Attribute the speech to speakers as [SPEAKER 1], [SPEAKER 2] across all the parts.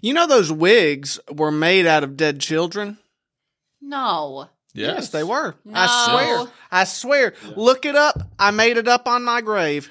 [SPEAKER 1] You know those wigs were made out of dead children?
[SPEAKER 2] No.
[SPEAKER 1] Yes, they were. I swear. I swear. Look it up. I made it up on my grave.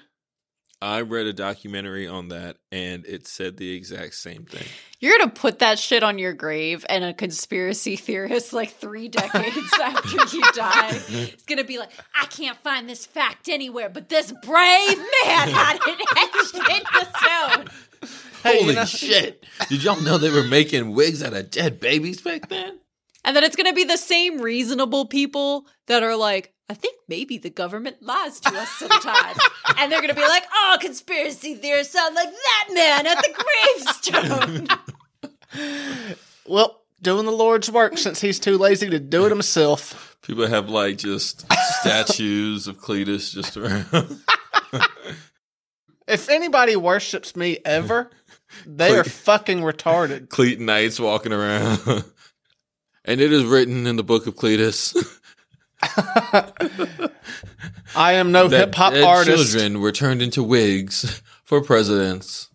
[SPEAKER 3] I read a documentary on that, and it said the exact same thing.
[SPEAKER 2] You're going to put that shit on your grave and a conspiracy theorist like three decades after you die is going to be like, I can't find this fact anywhere, but this brave man had it etched in the stone.
[SPEAKER 1] Hey, you
[SPEAKER 3] Holy
[SPEAKER 1] know-
[SPEAKER 3] shit! Did y'all know they were making wigs out of dead babies back then?
[SPEAKER 2] And then it's going to be the same reasonable people that are like, I think maybe the government lies to us sometimes. and they're going to be like, oh, conspiracy theorists sound like that man at the gravestone.
[SPEAKER 1] Well, doing the Lord's work since he's too lazy to do it himself.
[SPEAKER 3] People have like just statues of Cletus just around.
[SPEAKER 1] If anybody worships me ever, they are fucking retarded.
[SPEAKER 3] Cletonites walking around. And it is written in the book of Cletus
[SPEAKER 1] I am no
[SPEAKER 3] that
[SPEAKER 1] hip hop
[SPEAKER 3] dead
[SPEAKER 1] artist.
[SPEAKER 3] children were turned into wigs for presidents.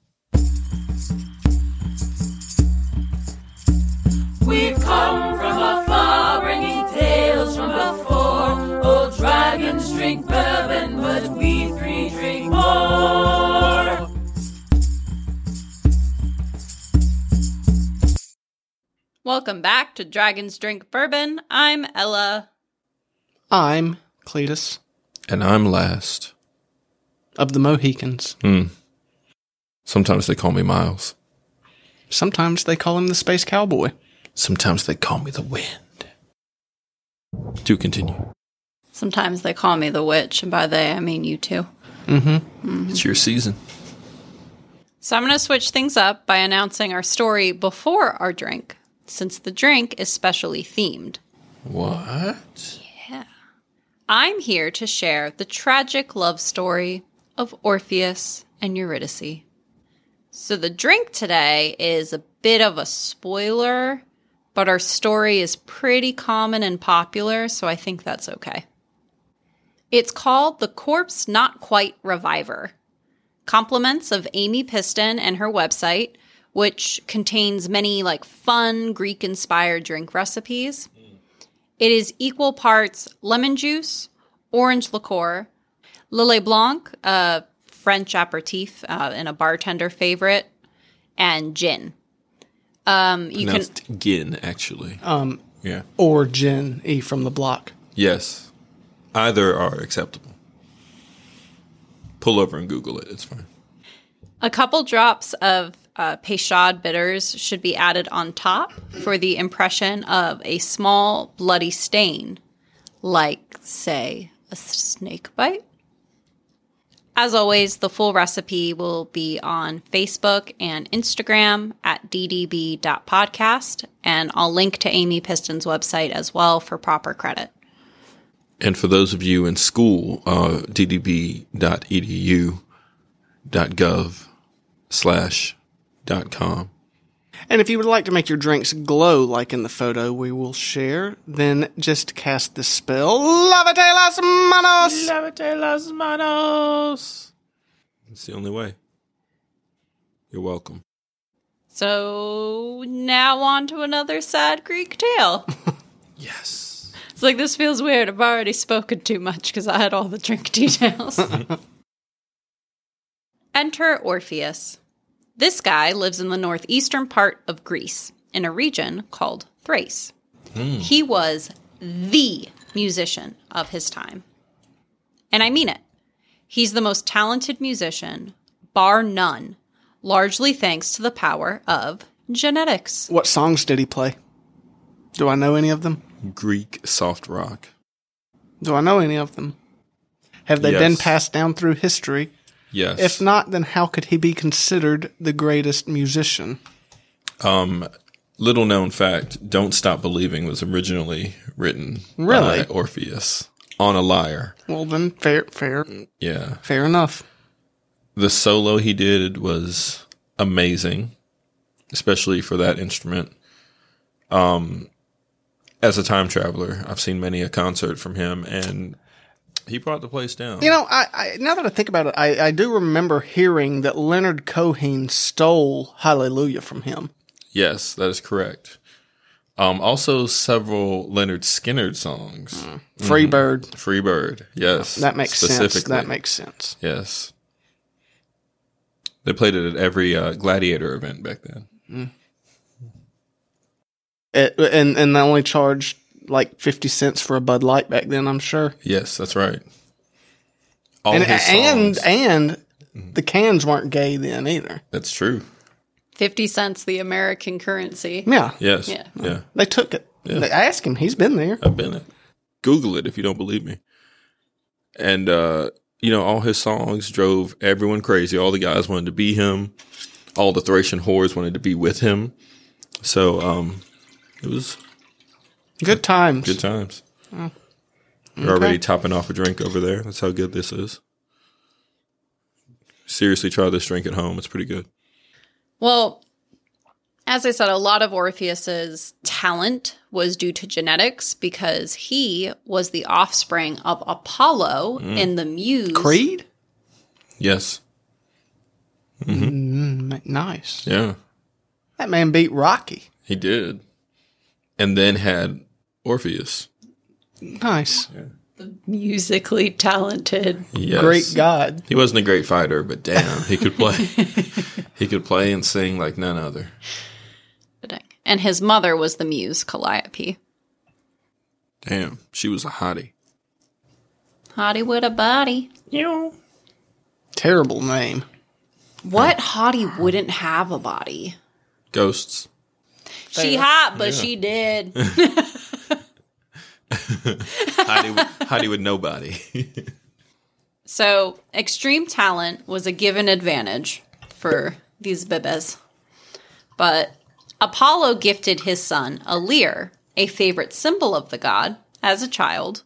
[SPEAKER 4] We've come from afar, bringing tales from before. Old dragons drink bourbon, but we three drink more.
[SPEAKER 2] Welcome back to Dragons Drink Bourbon. I'm Ella.
[SPEAKER 1] I'm Cletus
[SPEAKER 3] And I'm last. Hmm.
[SPEAKER 1] of the Mohicans.
[SPEAKER 3] Sometimes they call me Miles.
[SPEAKER 1] Sometimes they call him the Space Cowboy.
[SPEAKER 3] Sometimes they call me the wind. To continue.
[SPEAKER 2] Sometimes they call me the witch, and by they, I mean you two.
[SPEAKER 3] It's your season.
[SPEAKER 2] So I'm going to switch things up by announcing our story before our drink, since the drink is specially themed.
[SPEAKER 3] What?
[SPEAKER 2] I'm here to share the tragic love story of Orpheus and Eurydice. So, the drink today is a bit of a spoiler, but our story is pretty common and popular, so I think that's okay. It's called The Corpse Not Quite Reviver. Compliments of Amy Piston and her website, which contains many like fun Greek inspired drink recipes. It is equal parts lemon juice, orange liqueur, Lillet Blanc, a French aperitif uh, and a bartender favorite, and gin. Um, you can
[SPEAKER 3] Pronounced gin, actually.
[SPEAKER 1] Um,
[SPEAKER 3] yeah.
[SPEAKER 1] or Gen E from the block.
[SPEAKER 3] Yes. Either are acceptable. Pull over and Google it. It's fine.
[SPEAKER 2] A couple drops of uh, Peychaud bitters should be added on top for the impression of a small bloody stain, like, say, a snake bite. As always, the full recipe will be on Facebook and Instagram at ddb.podcast, and I'll link to Amy Piston's website as well for proper credit.
[SPEAKER 3] And for those of you in school, uh, E ddb.edu.gov slash dot com.
[SPEAKER 1] And if you would like to make your drinks glow like in the photo we will share, then just cast the spell Lavate las manos.
[SPEAKER 3] It's the only way. You're welcome.
[SPEAKER 2] So now on to another sad Greek tale.
[SPEAKER 3] Yes.
[SPEAKER 2] It's like this feels weird. I've already spoken too much because I had all the drink details. Enter Orpheus. This guy lives in the northeastern part of Greece in a region called Thrace. He was the musician of his time. And I mean it. He's the most talented musician, bar none, largely thanks to the power of genetics.
[SPEAKER 1] What songs did he play? Do I know any of them?
[SPEAKER 3] Greek soft rock.
[SPEAKER 1] Do I know any of them? Have they been
[SPEAKER 3] Yes.
[SPEAKER 1] passed down through history?
[SPEAKER 3] Yes.
[SPEAKER 1] If not, then how could he be considered the greatest musician?
[SPEAKER 3] Um, little known fact: "Don't Stop Believing" was originally written
[SPEAKER 1] Really?
[SPEAKER 3] by Orpheus on a lyre.
[SPEAKER 1] Well, then fair, fair,
[SPEAKER 3] Yeah,
[SPEAKER 1] fair enough.
[SPEAKER 3] the solo he did was amazing, especially for that instrument. Um, as a time traveler, I've seen many a concert from him, and he brought the place down.
[SPEAKER 1] You know, I, I now that I think about it, I, I do remember hearing that Leonard Cohen stole Hallelujah from him.
[SPEAKER 3] Yes, that is correct. Um, also, several Leonard Skinner songs.
[SPEAKER 5] Free bird.
[SPEAKER 3] Free Bird. Yes,
[SPEAKER 5] Hmm. That makes sense.
[SPEAKER 3] Mm-hmm. specifically.
[SPEAKER 5] That makes sense.
[SPEAKER 3] yes. They played it at every uh, gladiator event back then.
[SPEAKER 5] It, and and they only charged like fifty cents for a Bud Light back then. I'm sure.
[SPEAKER 3] Yes, that's right. All
[SPEAKER 5] and
[SPEAKER 3] his songs. Mm-hmm.
[SPEAKER 5] and and the cans weren't gay then either.
[SPEAKER 3] that's true.
[SPEAKER 2] 50 cents the American currency.
[SPEAKER 5] Yeah,
[SPEAKER 3] Yes.
[SPEAKER 2] Yeah.
[SPEAKER 3] yeah.
[SPEAKER 5] they took it.
[SPEAKER 3] Yeah.
[SPEAKER 5] They asked him. He's been there.
[SPEAKER 3] I've been it. Google it if you don't believe me. And uh, you know, all his songs drove everyone crazy. All the guys wanted to be him. All the Thracian whores wanted to be with him. So um, it was
[SPEAKER 5] Good times.
[SPEAKER 3] good times. You're already topping off a drink over there. That's how good this is. Seriously, try this drink at home. It's pretty good.
[SPEAKER 2] Well, as I said, a lot of Orpheus's talent was due to genetics because he was the offspring of Apollo and the Muse.
[SPEAKER 5] Creed.
[SPEAKER 3] Yes.
[SPEAKER 5] Mm, Nice.
[SPEAKER 3] Yeah.
[SPEAKER 5] That man beat Rocky.
[SPEAKER 3] He did. And then had Orpheus.
[SPEAKER 5] Nice.
[SPEAKER 2] Musically talented.
[SPEAKER 3] Yes.
[SPEAKER 5] Great God.
[SPEAKER 3] He wasn't a great fighter, but damn, he could play. he could play and sing like none other.
[SPEAKER 2] And his mother was the Muse, Calliope.
[SPEAKER 3] Damn, she was a hottie.
[SPEAKER 2] Hottie with a body.
[SPEAKER 5] Terrible name.
[SPEAKER 2] What hottie wouldn't have a body?
[SPEAKER 3] Ghosts.
[SPEAKER 2] She hot, but she did.
[SPEAKER 3] Hottie, hottie with nobody.
[SPEAKER 2] So, extreme talent was a given advantage for these bibes. But Apollo gifted his son, Alir, a favorite symbol of the god, as a child,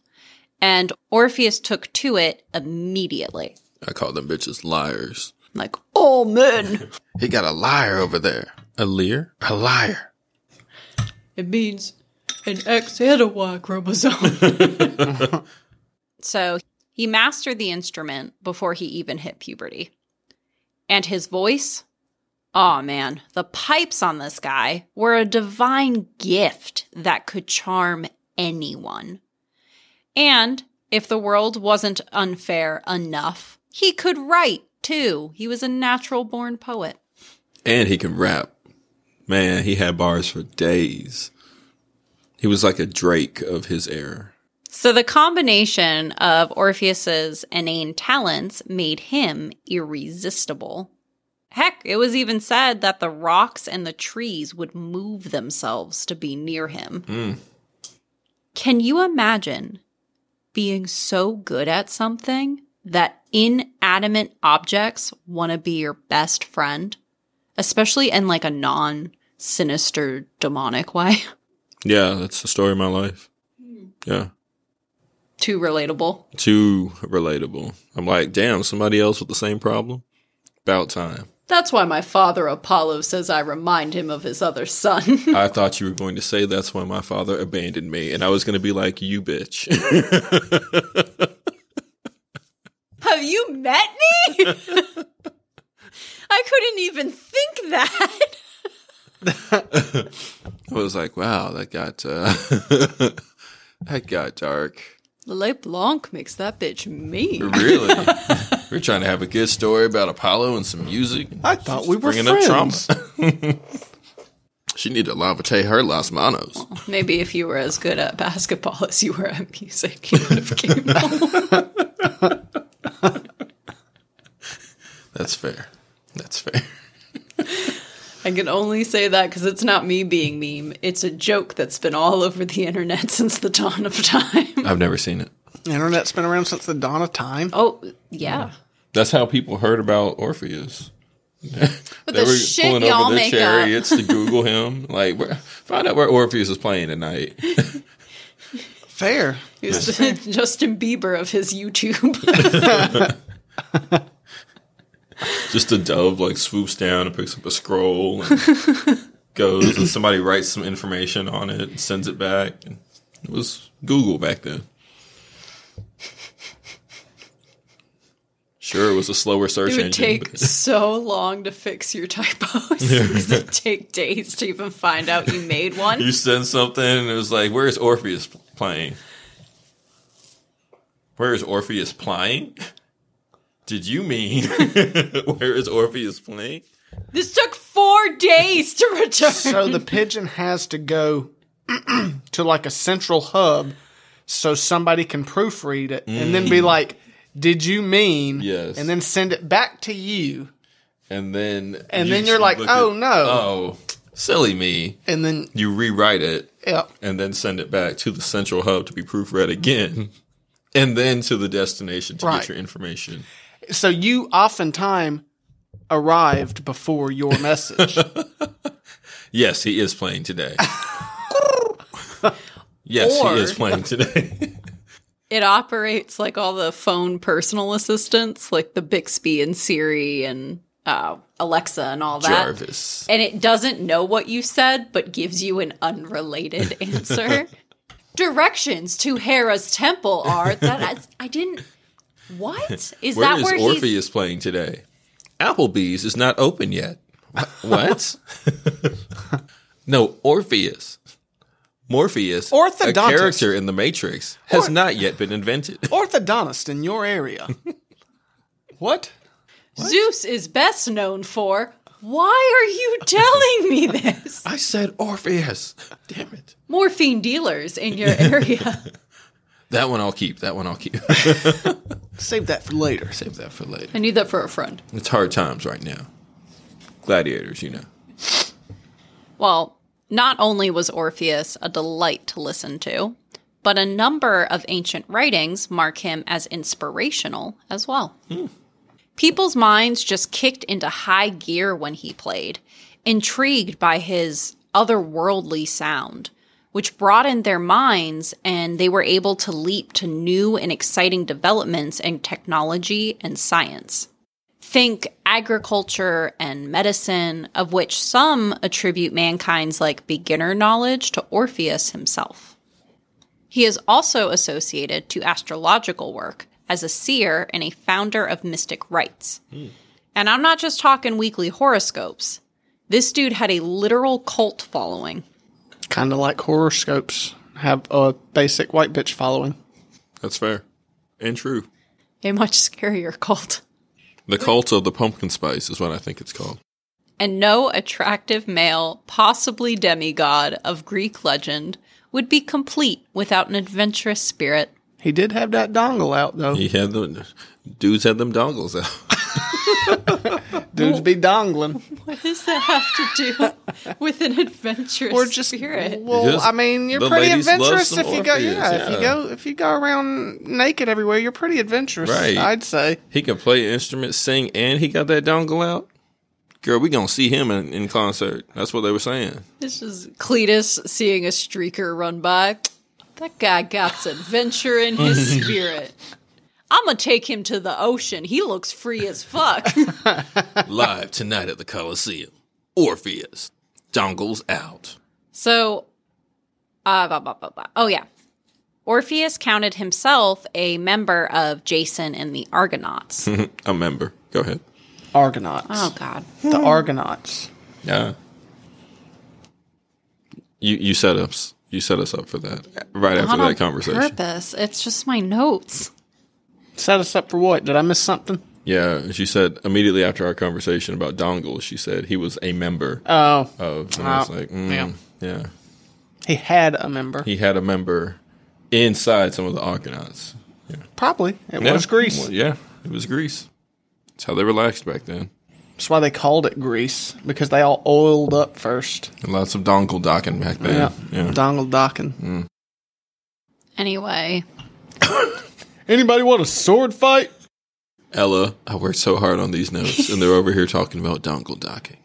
[SPEAKER 2] and Orpheus took to it immediately.
[SPEAKER 3] I call them bitches liars.
[SPEAKER 2] Like, oh, all men!
[SPEAKER 3] He got a liar over there. A leer? A liar.
[SPEAKER 2] It means an X and a Y chromosome. so he mastered the instrument before he even hit puberty. And his voice? Oh man, the pipes on this guy were a divine gift that could charm anyone. And if the world wasn't unfair enough, he could write too. He was a natural born poet.
[SPEAKER 3] And he can rap. Man, he had bars for days. He was like a Drake of his era.
[SPEAKER 2] So the combination of Orpheus's inane talents made him irresistible. Heck, it was even said that the rocks and the trees would move themselves to be near him. Can you imagine being so good at something that inanimate objects want to be your best friend, especially in like a non sinister demonic way?
[SPEAKER 3] Yeah, that's the story of my life. Yeah.
[SPEAKER 2] Too relatable.
[SPEAKER 3] Too relatable. I'm like, damn, somebody else with the same problem? About time.
[SPEAKER 2] That's why my father Apollo says I remind him of his other son.
[SPEAKER 3] I thought you were going to say that's why my father abandoned me, and I was going to be like, "You bitch."
[SPEAKER 2] Have you met me? I couldn't even think that.
[SPEAKER 3] I was like, "Wow, that got uh, that got dark."
[SPEAKER 2] LeBlanc makes that bitch mean.
[SPEAKER 3] Really, we're trying to have a good story about Apollo and some music.
[SPEAKER 5] I thought we were
[SPEAKER 3] bringing
[SPEAKER 5] friends.
[SPEAKER 3] up trauma. she needed to lavate her las manos.
[SPEAKER 2] Maybe if you were as good at basketball as you were at music, you would have came home.
[SPEAKER 3] That's fair. That's fair.
[SPEAKER 2] I can only say that because it's not me being meme. It's a joke that's been all over the internet since the dawn of time.
[SPEAKER 3] I've never seen it.
[SPEAKER 5] The internet's been around since the dawn of time.
[SPEAKER 2] Oh, yeah.
[SPEAKER 3] That's how people heard about Orpheus. they
[SPEAKER 2] the shit y'all make up.
[SPEAKER 3] chariots to Google him. Like, where, find out where Orpheus is playing tonight.
[SPEAKER 5] Fair.
[SPEAKER 2] He's the Justin Bieber of his YouTube.
[SPEAKER 3] Just a dove like swoops down and picks up a scroll and goes and somebody writes some information on it and sends it back. It was Google back then. Sure, it was a slower search
[SPEAKER 2] It
[SPEAKER 3] engine.
[SPEAKER 2] would take
[SPEAKER 3] but-
[SPEAKER 2] so long to fix your typos.
[SPEAKER 3] Yeah.
[SPEAKER 2] it would take days to even find out you made one.
[SPEAKER 3] you sent something, and it was like, "Where is Orpheus playing? Where is Orpheus playing? Did you mean where is Orpheus playing?
[SPEAKER 2] This took four days to return.
[SPEAKER 1] So the pigeon has to go to like a central hub so somebody can proofread it and then be like, did you mean?
[SPEAKER 3] Mm. Yes.
[SPEAKER 1] And then send it back to you.
[SPEAKER 3] And then,
[SPEAKER 1] And
[SPEAKER 3] you
[SPEAKER 1] then you're like,
[SPEAKER 3] look
[SPEAKER 1] "Oh, no."
[SPEAKER 3] oh, silly me."
[SPEAKER 1] And then,
[SPEAKER 3] You rewrite it
[SPEAKER 1] yeah.
[SPEAKER 3] and then send it back to the central hub to be proofread again, and then to the destination to
[SPEAKER 1] Right.
[SPEAKER 3] get your information.
[SPEAKER 1] So you oftentimes arrived before your message.
[SPEAKER 3] Yes, he is playing today. yes,
[SPEAKER 2] Or-
[SPEAKER 3] he is playing today.
[SPEAKER 2] it operates like all the phone personal assistants, like the Bixby and Siri and uh, Alexa and all that.
[SPEAKER 3] Jarvis.
[SPEAKER 2] And it doesn't know what you said, but gives you an unrelated answer. Directions to Hera's temple are that I, I didn't. What is
[SPEAKER 3] Where
[SPEAKER 2] that?
[SPEAKER 3] is
[SPEAKER 2] Where
[SPEAKER 3] Orpheus
[SPEAKER 2] he's
[SPEAKER 3] playing today? Applebee's is not open yet. Wh- What? no, Orpheus. Morpheus, a
[SPEAKER 1] Orthodontist.
[SPEAKER 3] character in the Matrix, has
[SPEAKER 1] Or-
[SPEAKER 3] not yet been invented.
[SPEAKER 1] Orthodontist in your area. what?
[SPEAKER 2] Zeus is best known for. Why are you telling me this?
[SPEAKER 3] I said Orpheus. Damn it.
[SPEAKER 2] Morphine dealers in your area.
[SPEAKER 3] That one I'll keep. That one I'll keep.
[SPEAKER 1] Save that for later.
[SPEAKER 3] Save that for later.
[SPEAKER 2] I need that for a friend.
[SPEAKER 3] It's hard times right now. Gladiators, you know.
[SPEAKER 2] Well, not only was Orpheus a delight to listen to, but a number of ancient writings mark him as inspirational as well. People's minds just kicked into high gear when he played, intrigued by his otherworldly sound, which broadened their minds and they were able to leap to new and exciting developments in technology and science. Think agriculture and medicine, of which some attribute mankind's like beginner knowledge to Orpheus himself. He is also associated to astrological work as a seer and a founder of mystic rites. And I'm not just talking weekly horoscopes. This dude had a literal cult following.
[SPEAKER 1] Kind of like horoscopes have a basic white bitch following.
[SPEAKER 3] That's fair and true.
[SPEAKER 2] A much scarier cult.
[SPEAKER 3] The cult of the pumpkin spice is what I think it's called.
[SPEAKER 2] and no attractive male, possibly demigod of Greek legend, would be complete without an adventurous spirit.
[SPEAKER 1] He did have that dongle out though.
[SPEAKER 3] He had the dudes had them dongles out.
[SPEAKER 1] Dudes be dongling.
[SPEAKER 2] What does that have to do with an adventurous
[SPEAKER 1] Or just
[SPEAKER 2] spirit?
[SPEAKER 1] Well,
[SPEAKER 3] Just-
[SPEAKER 1] I mean, you're
[SPEAKER 3] the
[SPEAKER 1] pretty
[SPEAKER 3] ladies love
[SPEAKER 1] adventurous
[SPEAKER 3] some
[SPEAKER 1] if you go.
[SPEAKER 3] Orpheus,
[SPEAKER 1] Yeah, if
[SPEAKER 3] yeah.
[SPEAKER 1] you go if you go around naked everywhere, you're pretty adventurous.
[SPEAKER 3] Right.
[SPEAKER 1] I'd say.
[SPEAKER 3] He can play an instrument, sing, and he got that dongle out. Girl, we gonna see him in, in concert. That's what they were saying.
[SPEAKER 2] This is Cletus seeing a streaker run by. That guy got some adventure in his spirit. I'm gonna take him to the ocean. He looks free as fuck.
[SPEAKER 3] Live tonight at the Coliseum. Orpheus. Dongles out.
[SPEAKER 2] So, uh, blah, blah, blah, blah. oh yeah, Orpheus counted himself a member of Jason and the Argonauts.
[SPEAKER 3] A member. Go ahead.
[SPEAKER 1] Argonauts.
[SPEAKER 2] oh God,
[SPEAKER 1] The Argonauts.
[SPEAKER 3] Yeah. You you set us you set us up for that right after
[SPEAKER 2] Not on
[SPEAKER 3] that conversation.
[SPEAKER 2] Purpose. It's just my notes.
[SPEAKER 1] Set us up for what? Did I miss something?
[SPEAKER 3] Yeah, she said immediately after our conversation about dongles, she said he was a member
[SPEAKER 1] Oh,
[SPEAKER 3] of. And I was
[SPEAKER 1] Oh,
[SPEAKER 3] like, mm,
[SPEAKER 1] yeah.
[SPEAKER 3] yeah,
[SPEAKER 1] he had a member.
[SPEAKER 3] he had a member inside some of the Argonauts.
[SPEAKER 1] Probably it
[SPEAKER 3] Yeah.
[SPEAKER 1] was Greece.
[SPEAKER 3] Well, yeah, it was Greece. That's how they relaxed back then.
[SPEAKER 1] That's why they called it Greece because they all oiled up first.
[SPEAKER 3] And lots of dongle docking back then. Yeah. Mm.
[SPEAKER 1] Dongle docking.
[SPEAKER 2] Anyway,
[SPEAKER 1] Anybody want a sword fight?
[SPEAKER 3] Ella, I worked so hard on these notes, and they're over here talking about dongle docking.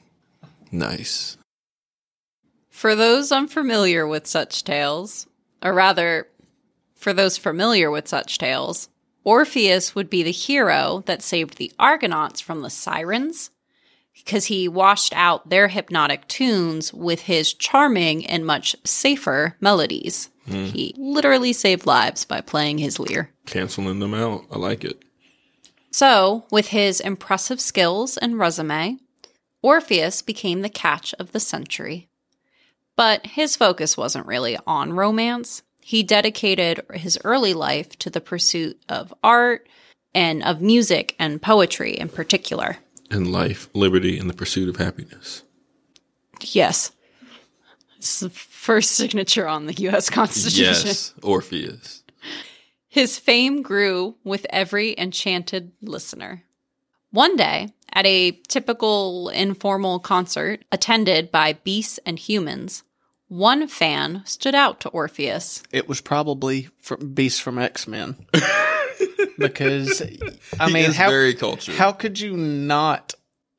[SPEAKER 3] Nice.
[SPEAKER 2] for those unfamiliar with such tales, or rather, for those familiar with such tales, Orpheus would be the hero that saved the Argonauts from the sirens because he washed out their hypnotic tunes with his charming and much safer melodies. He literally saved lives by playing his lyre.
[SPEAKER 3] Canceling them out. I like it.
[SPEAKER 2] So, with his impressive skills and resume, Orpheus became the catch of the century. But his focus wasn't really on romance. He dedicated his early life to the pursuit of art and of music and poetry in particular.
[SPEAKER 3] And life, liberty, and the pursuit of happiness.
[SPEAKER 2] Yes. It's the first signature on the U.S. Constitution.
[SPEAKER 3] Yes, Orpheus.
[SPEAKER 2] His fame grew with every enchanted listener. One day, at a typical informal concert attended by beasts and humans, one fan stood out to Orpheus.
[SPEAKER 1] It was probably from Beast from X Men. because I
[SPEAKER 3] He
[SPEAKER 1] mean,
[SPEAKER 3] is
[SPEAKER 1] how
[SPEAKER 3] very cultured.
[SPEAKER 1] how could you not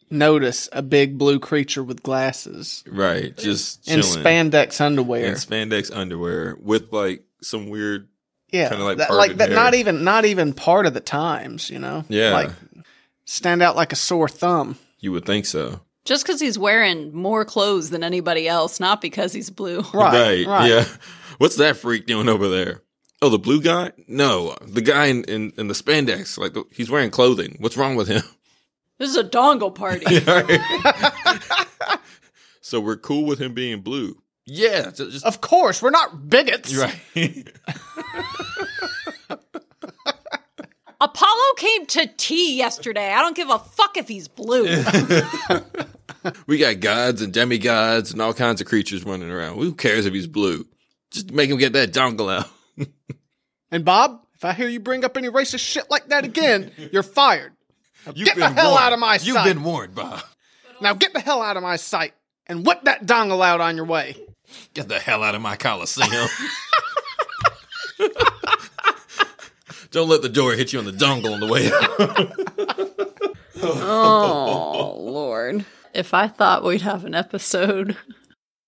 [SPEAKER 1] notice a big blue creature with glasses
[SPEAKER 3] Right, just
[SPEAKER 1] and
[SPEAKER 3] chilling.
[SPEAKER 1] spandex underwear?
[SPEAKER 3] in spandex underwear with like some weird.
[SPEAKER 1] yeah,
[SPEAKER 3] kinda like
[SPEAKER 1] that,
[SPEAKER 3] perved
[SPEAKER 1] like that. Not
[SPEAKER 3] hair.
[SPEAKER 1] even not even part of the times. You know,
[SPEAKER 3] Yeah,
[SPEAKER 1] like stand out like a sore thumb.
[SPEAKER 3] you would think so.
[SPEAKER 2] Just because he's wearing more clothes than anybody else, not because he's blue.
[SPEAKER 1] Right, right.
[SPEAKER 3] Yeah. What's that freak doing over there? Oh, the blue guy? No, the guy in, in, in the spandex. Like he's wearing clothing. What's wrong with him?
[SPEAKER 2] This is a dongle party.
[SPEAKER 3] so we're cool with him being blue. Yeah, ju- just
[SPEAKER 1] Of course, we're not bigots.
[SPEAKER 3] right.
[SPEAKER 2] Apollo came to tea yesterday. I don't give a fuck if he's blue.
[SPEAKER 3] we got gods and demigods and all kinds of creatures running around. Who cares if he's blue? Just make him get that dongle out.
[SPEAKER 1] And Bob, if I hear you bring up any racist shit like that again, you're fired.
[SPEAKER 3] You've
[SPEAKER 1] Get the hell out of my
[SPEAKER 3] You've
[SPEAKER 1] sight.
[SPEAKER 3] been warned, Bob.
[SPEAKER 1] Now get the hell out of my sight and whip that dongle out on your way.
[SPEAKER 3] Get the hell out of my coliseum. Don't let the door hit you on the dongle on the way out.
[SPEAKER 2] Oh, Lord. If I thought we'd have an episode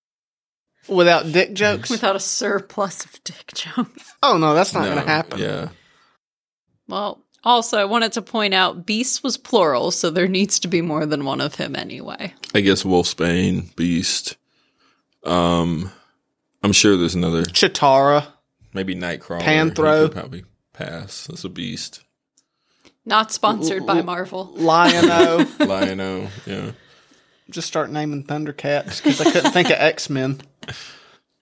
[SPEAKER 1] Without dick jokes?
[SPEAKER 2] without a surplus of dick jokes.
[SPEAKER 1] oh no, that's not gonna happen.
[SPEAKER 3] Yeah.
[SPEAKER 2] Well, also, I wanted to point out beast was plural, so there needs to be more than one of him anyway.
[SPEAKER 3] I guess Wolfsbane, Beast. Um, I'm sure there's another.
[SPEAKER 1] Chitara.
[SPEAKER 3] Maybe Nightcrawler.
[SPEAKER 1] Panthro.
[SPEAKER 3] You could Probably pass. That's a beast.
[SPEAKER 2] Not sponsored by Marvel.
[SPEAKER 1] Lion-O.
[SPEAKER 3] Lion-O. Yeah.
[SPEAKER 1] Just start naming Thundercats because I couldn't think of X-Men.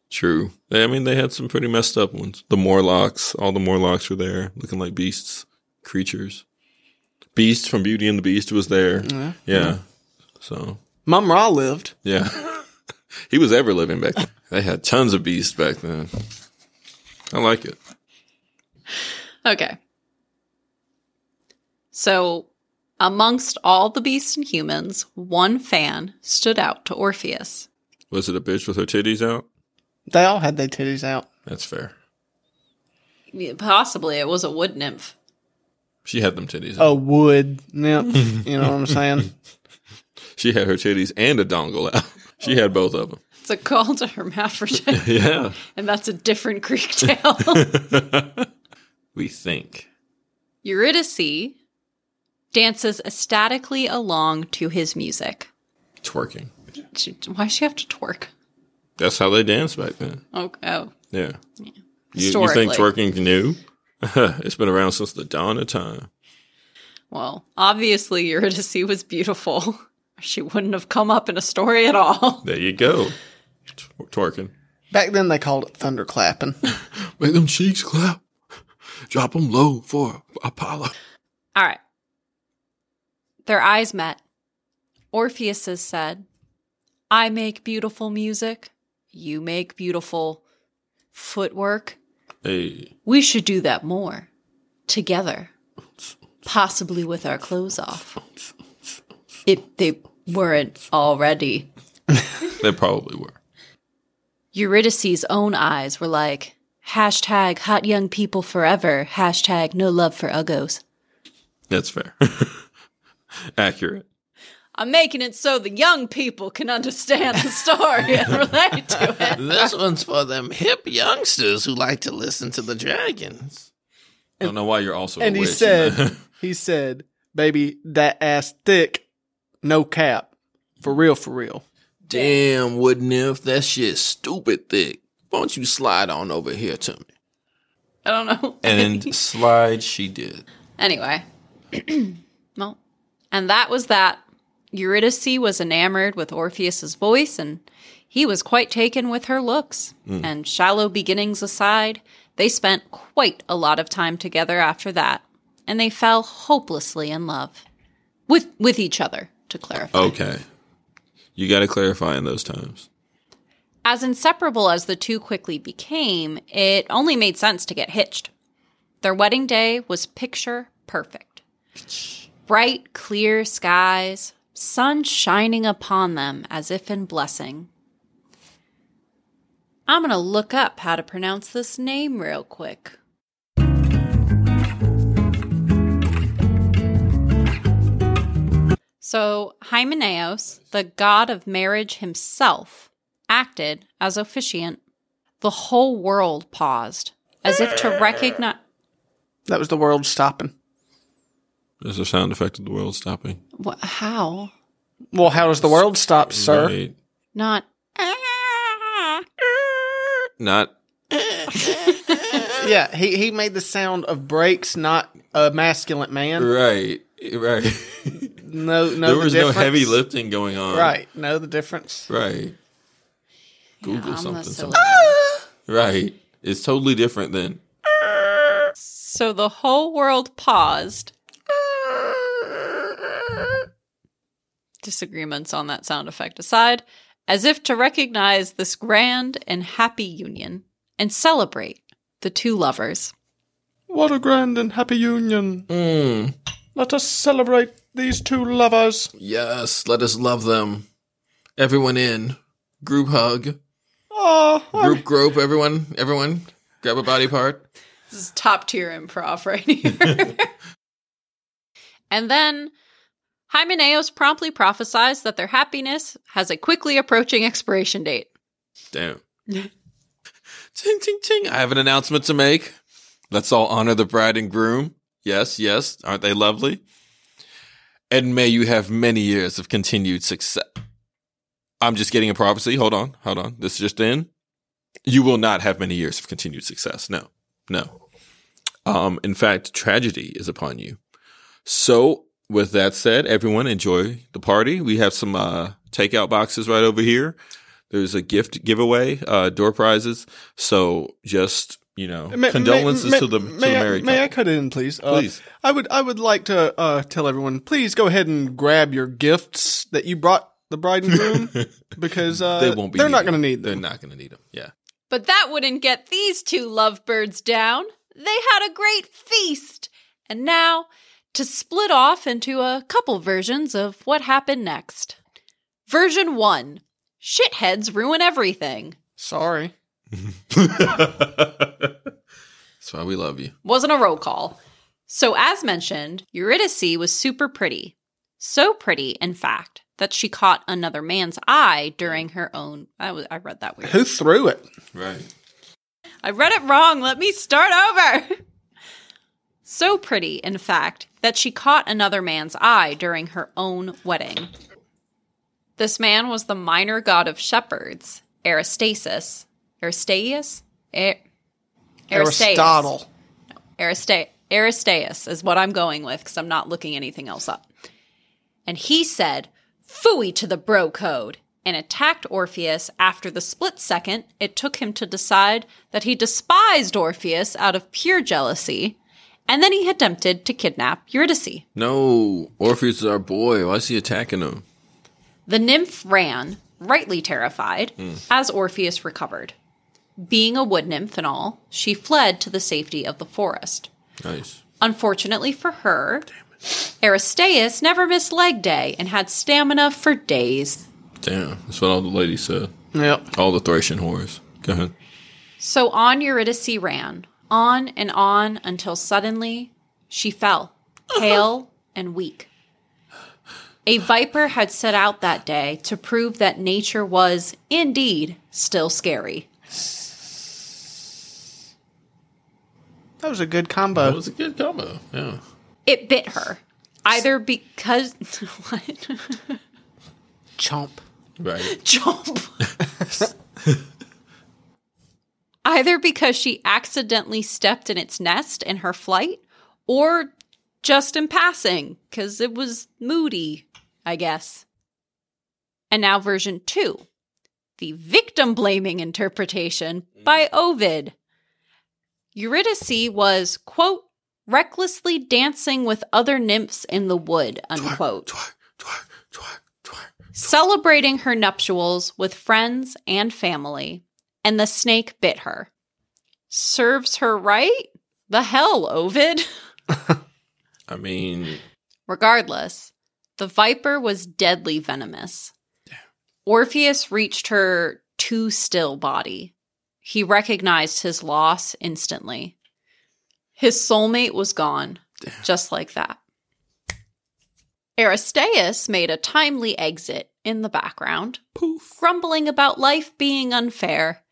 [SPEAKER 3] True. They, I mean, they had some pretty messed up ones. The Morlocks. All the Morlocks were there, looking like beasts, creatures. Beast from Beauty and the Beast was there. Yeah. So
[SPEAKER 1] Mum Ra lived.
[SPEAKER 3] Yeah. he was ever living back then. They had tons of beasts back then. I like it.
[SPEAKER 2] Okay. So, amongst all the beasts and humans, one fan stood out to Orpheus.
[SPEAKER 3] Was it a bitch with her titties out?
[SPEAKER 1] They all had their titties out.
[SPEAKER 3] That's fair.
[SPEAKER 2] Possibly it was a wood nymph.
[SPEAKER 3] She had them titties.
[SPEAKER 1] A
[SPEAKER 3] Out.
[SPEAKER 1] wood nymph. You know what I'm saying?
[SPEAKER 3] She had her titties and a dongle out. She had both of them.
[SPEAKER 2] It's a call to hermaphrodite,
[SPEAKER 3] Yeah.
[SPEAKER 2] and that's a different Greek tale.
[SPEAKER 3] We think.
[SPEAKER 2] Eurydice dances ecstatically along to his music.
[SPEAKER 3] Twerking.
[SPEAKER 2] She- Why does she have to twerk?
[SPEAKER 3] That's how they danced back then.
[SPEAKER 2] Oh, oh.
[SPEAKER 3] Yeah. You, you
[SPEAKER 2] Historically.
[SPEAKER 3] think twerking new? it's been around since the dawn of time.
[SPEAKER 2] well, obviously Eurydice was beautiful. She wouldn't have come up in a story at all.
[SPEAKER 3] There you go. Tw- twerking.
[SPEAKER 1] Back then they called it thunderclapping.
[SPEAKER 3] Make them cheeks clap. Drop them low for Apollo.
[SPEAKER 2] All right. Their eyes met. Orpheus said, I make beautiful music. You make beautiful footwork.
[SPEAKER 3] Hey.
[SPEAKER 2] We should do that more together, possibly with our clothes off. If they weren't already.
[SPEAKER 3] They probably were.
[SPEAKER 2] Eurydice's own eyes were like, hashtag hot young people forever, hashtag no love for uggos.
[SPEAKER 3] That's fair. Accurate.
[SPEAKER 2] I'm making it so the young people can understand the story and relate to it.
[SPEAKER 6] This one's for them hip youngsters who like to listen to the dragons.
[SPEAKER 3] I don't know why you're also.
[SPEAKER 1] And
[SPEAKER 3] a
[SPEAKER 1] he
[SPEAKER 3] witch.
[SPEAKER 1] said- He said, "Baby, that ass thick, no cap, for real, for real."
[SPEAKER 6] Damn, wood nymph, that shit's stupid thick. Won't you slide on over here to me?
[SPEAKER 2] I don't know.
[SPEAKER 3] and slide she did.
[SPEAKER 2] Anyway, well, and that was that. Eurydice was enamored with Orpheus's voice, and he was quite taken with her looks. And shallow beginnings aside, they spent quite a lot of time together after that, and they fell hopelessly in love with with each other. To clarify,
[SPEAKER 3] Okay. You got to clarify in those times.
[SPEAKER 2] As inseparable as the two quickly became, it only made sense to get hitched. Their wedding day was picture perfect. Bright, clear skies, sun shining upon them as if in blessing. I'm going to look up how to pronounce this name real quick. So Hymenaeus, the god of marriage himself, acted as officiant. The whole world paused, as if to recognize.
[SPEAKER 5] That was the world stopping.
[SPEAKER 3] There's a sound effect of the world stopping.
[SPEAKER 2] What? How?
[SPEAKER 5] Well, how does the world stop, sir?
[SPEAKER 3] Right.
[SPEAKER 2] Not.
[SPEAKER 3] Not
[SPEAKER 5] Yeah, he, he made the sound of brakes, not a masculine man.
[SPEAKER 3] right. Right.
[SPEAKER 5] No, no,
[SPEAKER 3] there
[SPEAKER 5] the
[SPEAKER 3] was no
[SPEAKER 5] difference.
[SPEAKER 3] heavy lifting going on.
[SPEAKER 5] Right, know the difference.
[SPEAKER 3] Right. Google
[SPEAKER 2] I'm
[SPEAKER 3] something.
[SPEAKER 2] a silly-
[SPEAKER 3] something. Right. It's totally different then.
[SPEAKER 2] So the whole world paused. Disagreements on that sound effect aside, as if to recognize this grand and happy union and celebrate the two lovers.
[SPEAKER 5] What a grand and happy union!
[SPEAKER 4] Mm.
[SPEAKER 5] Let us celebrate these two lovers.
[SPEAKER 4] Yes, let us love them. Everyone in. Group hug.
[SPEAKER 5] Oh,
[SPEAKER 4] Group grope. Everyone, everyone. Grab a body part.
[SPEAKER 2] This is top tier improv right here. and then Hymenaeus promptly prophesies that their happiness has a quickly approaching expiration date.
[SPEAKER 4] Damn. ting, ting, ting. I have an announcement to make. Let's all honor the bride and groom. Yes, yes. Aren't they lovely? And may you have many years of continued success.
[SPEAKER 3] I'm just getting a prophecy. Hold on. Hold on. This is just in. You will not have many years of continued success. No. No. Um, in fact, tragedy is upon you. So, with that said, everyone enjoy the party. We have some uh, takeout boxes right over here. There's a gift giveaway, uh, door prizes. So, just, you know, condolences to the, to the
[SPEAKER 5] may I-
[SPEAKER 3] married
[SPEAKER 5] may I
[SPEAKER 3] couple.
[SPEAKER 5] cut in, please? Uh,
[SPEAKER 3] Please.
[SPEAKER 5] I would I would like to uh, tell everyone, please go ahead and grab your gifts that you brought the bride and groom because uh,
[SPEAKER 3] They won't be
[SPEAKER 5] They're not
[SPEAKER 3] needed.
[SPEAKER 5] going to need
[SPEAKER 3] They're
[SPEAKER 5] them.
[SPEAKER 3] not going to need them. Yeah.
[SPEAKER 2] But that wouldn't get these two lovebirds down. They had a great feast. And now to split off into a couple versions of what happened next. Version 1 Shitheads ruin everything.
[SPEAKER 5] Sorry.
[SPEAKER 4] That's why we love you.
[SPEAKER 2] wasn't a roll call. So, as mentioned, Eurydice was super pretty. So pretty, in fact, that she caught another man's eye during her own. I, was, I read that weird.
[SPEAKER 5] Who threw it?
[SPEAKER 3] Right.
[SPEAKER 2] I read it wrong. Let me start over. so pretty, in fact, that she caught another man's eye during her own wedding. This man was the minor god of shepherds, Aristasis. Aristaeus? A- Aristaeus.
[SPEAKER 5] Aristotle.
[SPEAKER 2] Arista- Aristaeus is what I'm going with because I'm not looking anything else up. And he said, Phooey to the bro code, and attacked Orpheus after the split second it took him to decide that he despised Orpheus out of pure jealousy, and then he attempted to kidnap Eurydice.
[SPEAKER 4] No, Orpheus is our boy. Why is he attacking him?
[SPEAKER 2] The nymph ran, rightly terrified, as Orpheus recovered. Being a wood nymph and all, she fled to the safety of the forest.
[SPEAKER 4] Nice.
[SPEAKER 2] Unfortunately for her, Aristaeus never missed leg day and had stamina for days.
[SPEAKER 3] Damn. That's what all the ladies said.
[SPEAKER 5] Yep.
[SPEAKER 3] All the Thracian whores. Go ahead.
[SPEAKER 2] So on Eurydice ran, on and on until suddenly she fell, pale and weak. A viper had set out that day to prove that nature was indeed still scary.
[SPEAKER 5] That was a good combo.
[SPEAKER 4] That was a good combo. Yeah.
[SPEAKER 2] It bit her, either because what
[SPEAKER 5] Chomp.
[SPEAKER 4] Right.
[SPEAKER 2] jump. Either because she accidentally stepped in its nest in her flight, or just in passing because it was moody, I guess. And now, version two the victim blaming interpretation by Ovid. Eurydice was, quote, recklessly dancing with other nymphs in the wood, unquote,
[SPEAKER 3] Twerk, twerk, twerk, twerk.
[SPEAKER 2] celebrating her nuptials with friends and family, and the snake bit her. Serves her right? The hell, Ovid.
[SPEAKER 3] I mean,
[SPEAKER 2] Regardless, the viper was deadly venomous. Orpheus reached her too still body. He recognized his loss instantly. His soulmate was gone, just like that. Aristaeus made a timely exit in the background,
[SPEAKER 3] poof.
[SPEAKER 2] grumbling about life being unfair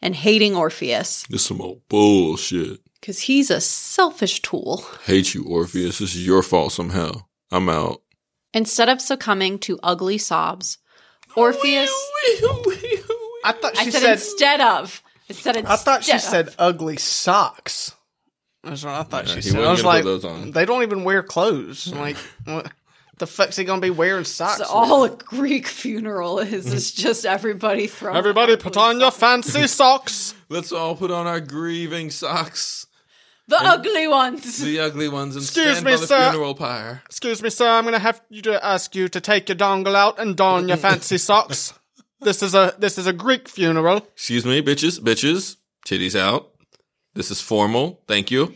[SPEAKER 2] and hating Orpheus
[SPEAKER 3] This some old bullshit.
[SPEAKER 2] because he's a selfish tool.
[SPEAKER 3] Hate you, Orpheus. This is your fault somehow. I'm out.
[SPEAKER 2] Instead of succumbing to ugly sobs, Orpheus.
[SPEAKER 5] I thought
[SPEAKER 2] I
[SPEAKER 5] she
[SPEAKER 2] said,
[SPEAKER 5] said.
[SPEAKER 2] instead of. I said instead
[SPEAKER 5] I thought she
[SPEAKER 2] of.
[SPEAKER 5] said ugly socks. That's what I thought
[SPEAKER 3] Yeah,
[SPEAKER 5] she
[SPEAKER 3] he
[SPEAKER 5] said. I
[SPEAKER 3] wasn't
[SPEAKER 5] was
[SPEAKER 3] gonna
[SPEAKER 5] like,
[SPEAKER 3] put those on.
[SPEAKER 5] they don't even wear clothes. Like, what the fuck's he gonna be wearing socks?
[SPEAKER 2] So
[SPEAKER 5] with?
[SPEAKER 2] all a Greek funeral is is
[SPEAKER 5] Mm-hmm.
[SPEAKER 2] just everybody throwing.
[SPEAKER 5] Everybody, put on your fancy socks.
[SPEAKER 3] Let's all put on our grieving socks,
[SPEAKER 2] the ugly ones.
[SPEAKER 3] the ugly ones, and
[SPEAKER 5] Excuse
[SPEAKER 3] stand
[SPEAKER 5] me,
[SPEAKER 3] by the
[SPEAKER 5] sir.
[SPEAKER 3] funeral pyre.
[SPEAKER 5] Excuse me, sir. I'm gonna have you to ask you to take your dongle out and don your fancy socks. This is a this is a Greek funeral.
[SPEAKER 3] Excuse me, bitches, bitches. Titties out. This is formal. Thank you.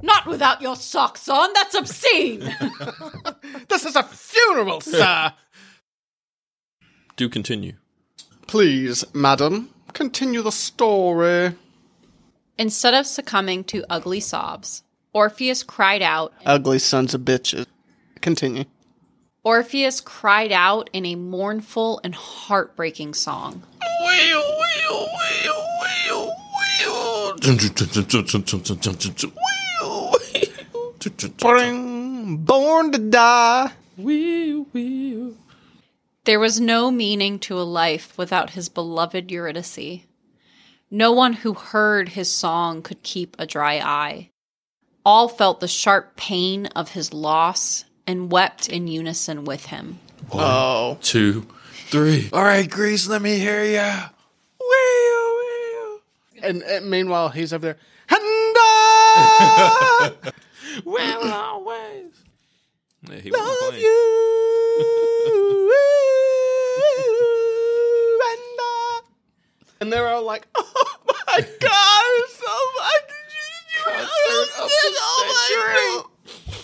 [SPEAKER 2] Not without your socks on. That's obscene.
[SPEAKER 5] This is a funeral, sir.
[SPEAKER 3] Do continue.
[SPEAKER 5] Please, madam, continue the story.
[SPEAKER 2] Instead of succumbing to ugly sobs, Orpheus cried out.
[SPEAKER 5] Ugly sons of bitches. Continue.
[SPEAKER 2] Orpheus cried out in a mournful and heartbreaking song.
[SPEAKER 5] Bring, born to die.
[SPEAKER 2] There was no meaning to a life without his beloved Eurydice. No one who heard his song could keep a dry eye. All felt the sharp pain of his loss and wept in unison with him.
[SPEAKER 5] Oh,
[SPEAKER 3] Two, three. All right, Grease, let me hear ya. Wee-oo,
[SPEAKER 5] and, and meanwhile he's over there. And I
[SPEAKER 3] wee-oo. Well, always. Yeah, he wasn't
[SPEAKER 5] love
[SPEAKER 3] playing.
[SPEAKER 5] you. And I. And they're all like, "Oh my god, it's so much!"
[SPEAKER 3] Concert of the
[SPEAKER 5] Oh my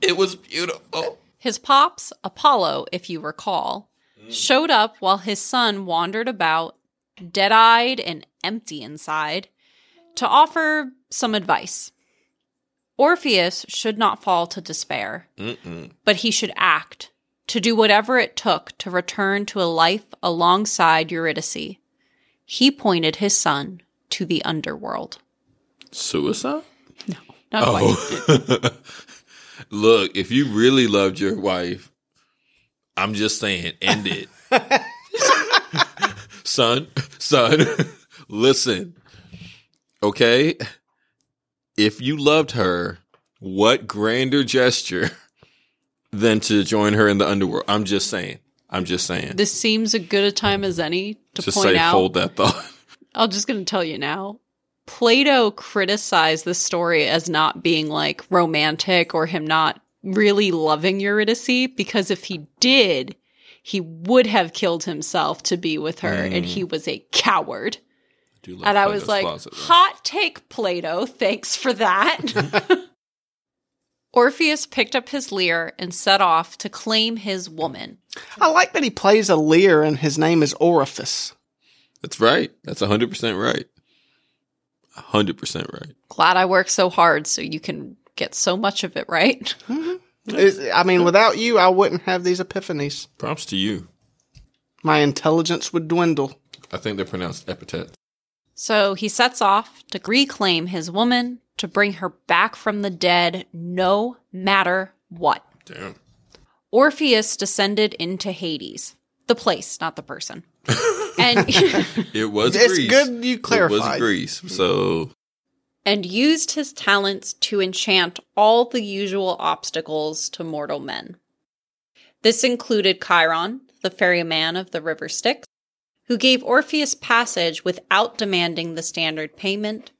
[SPEAKER 3] It was beautiful.
[SPEAKER 2] His pops, Apollo, if you recall, showed up while his son wandered about, dead eyed and empty inside, to offer some advice. Orpheus should not fall to despair, but he should act, to do whatever it took to return to a life alongside Eurydice. He pointed his son to the underworld.
[SPEAKER 3] Suicide?
[SPEAKER 2] Not quite.
[SPEAKER 3] Oh. Look, if you really loved your wife, I'm just saying, end it. son, son, listen. Okay? If you loved her, what grander gesture than to join her in the underworld? I'm just saying. I'm just saying.
[SPEAKER 2] This seems a good a time as any to
[SPEAKER 3] Just
[SPEAKER 2] point
[SPEAKER 3] say,
[SPEAKER 2] out.
[SPEAKER 3] hold that thought.
[SPEAKER 2] I'm just going to tell you now. Plato criticized this story as not being like romantic or him not really loving Eurydice because if he did, he would have killed himself to be with her and he was a coward.
[SPEAKER 3] do love
[SPEAKER 2] and I
[SPEAKER 3] Plato's
[SPEAKER 2] was like,
[SPEAKER 3] Closet, though.
[SPEAKER 2] hot take, Plato. Thanks for that. Orpheus picked up his lyre and set off to claim his woman.
[SPEAKER 5] god! I like that he plays a lyre and his name is Orifice.
[SPEAKER 3] That's right. That's 100% right. 100% right.
[SPEAKER 2] Glad I worked so hard so you can get so much of it right.
[SPEAKER 5] Is- I mean, without you, I wouldn't have these epiphanies.
[SPEAKER 3] Props to you.
[SPEAKER 5] My intelligence would dwindle.
[SPEAKER 3] I think they're pronounced epithet.
[SPEAKER 2] So he sets off to reclaim his woman, to bring her back from the dead, no matter what.
[SPEAKER 3] Damn.
[SPEAKER 2] Orpheus descended into Hades, the place, not the person. and
[SPEAKER 3] It was
[SPEAKER 5] It's
[SPEAKER 3] Greece.
[SPEAKER 5] good
[SPEAKER 3] It
[SPEAKER 5] you
[SPEAKER 3] was Mm-hmm.
[SPEAKER 5] clarified.
[SPEAKER 3] Greece. So
[SPEAKER 2] and used his talents to enchant all the usual obstacles to mortal men. This included Chiron, the ferryman of the river Styx, who gave Orpheus passage without demanding the standard payment,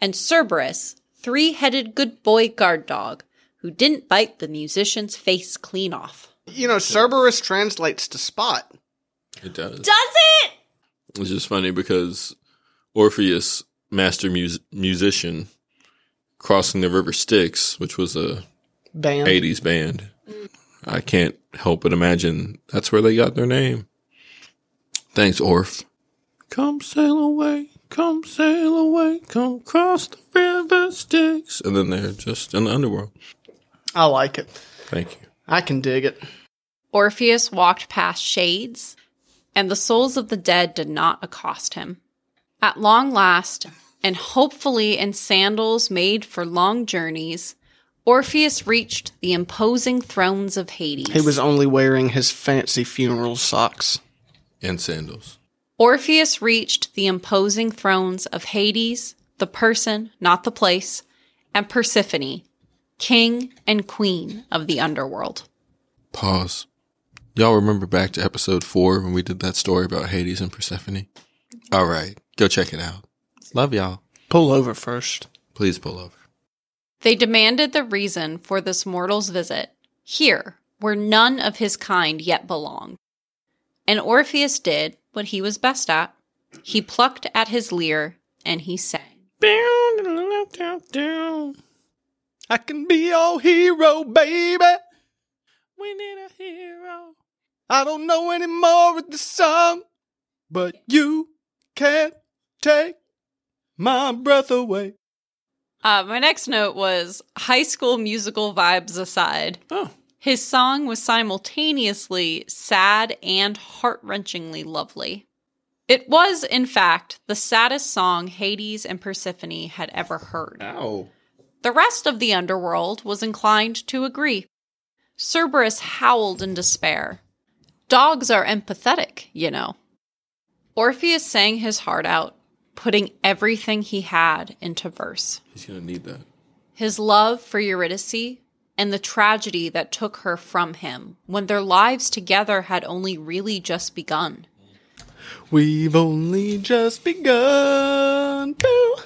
[SPEAKER 2] and Cerberus, three headed good boy guard dog, who didn't bite the musician's face clean off.
[SPEAKER 5] You know, Cerberus translates to spot.
[SPEAKER 3] It does.
[SPEAKER 2] Does it?
[SPEAKER 3] It's just funny because Orpheus, master mus- musician, crossing the river Styx, which was a
[SPEAKER 5] Bam.
[SPEAKER 3] 80s band. I can't help but imagine that's where they got their name. Thanks, Orf. Come sail away, come sail away, come cross the river Styx. And then they're just in the underworld.
[SPEAKER 5] I like it.
[SPEAKER 3] Thank you.
[SPEAKER 5] I can dig it.
[SPEAKER 2] Orpheus walked past shades, and the souls of the dead did not accost him. At long last, and hopefully in sandals made for long journeys, Orpheus reached the imposing thrones of Hades.
[SPEAKER 5] He was only wearing his fancy funeral socks.
[SPEAKER 3] And sandals.
[SPEAKER 2] Orpheus reached the imposing thrones of Hades, the person, not the place, and Persephone, king and queen of the underworld.
[SPEAKER 3] Pause. Y'all remember back to episode four when we did that story about Hades and Persephone? All right, go check it out. Love y'all.
[SPEAKER 5] Pull over first.
[SPEAKER 3] Please pull over.
[SPEAKER 2] They demanded the reason for this mortal's visit, here, where none of his kind yet belonged. And Orpheus did what he was best at. He plucked at his lyre and he sang.
[SPEAKER 5] I can be your hero, baby.
[SPEAKER 4] We need a hero.
[SPEAKER 5] I don't know any more of the song, but you can't take my breath away.
[SPEAKER 2] Uh, my next note was high school musical vibes aside.
[SPEAKER 4] Oh.
[SPEAKER 2] His song was simultaneously sad and heart wrenchingly lovely. It was, in fact, the saddest song Hades and Persephone had ever heard.
[SPEAKER 3] Ow.
[SPEAKER 2] The rest of the underworld was inclined to agree. Cerberus howled in despair. Dogs are empathetic, you know. Orpheus sang his heart out, putting everything he had into verse.
[SPEAKER 3] He's going to need that.
[SPEAKER 2] His love for Eurydice and the tragedy that took her from him when their lives together had only really just begun.
[SPEAKER 5] We've only just begun to.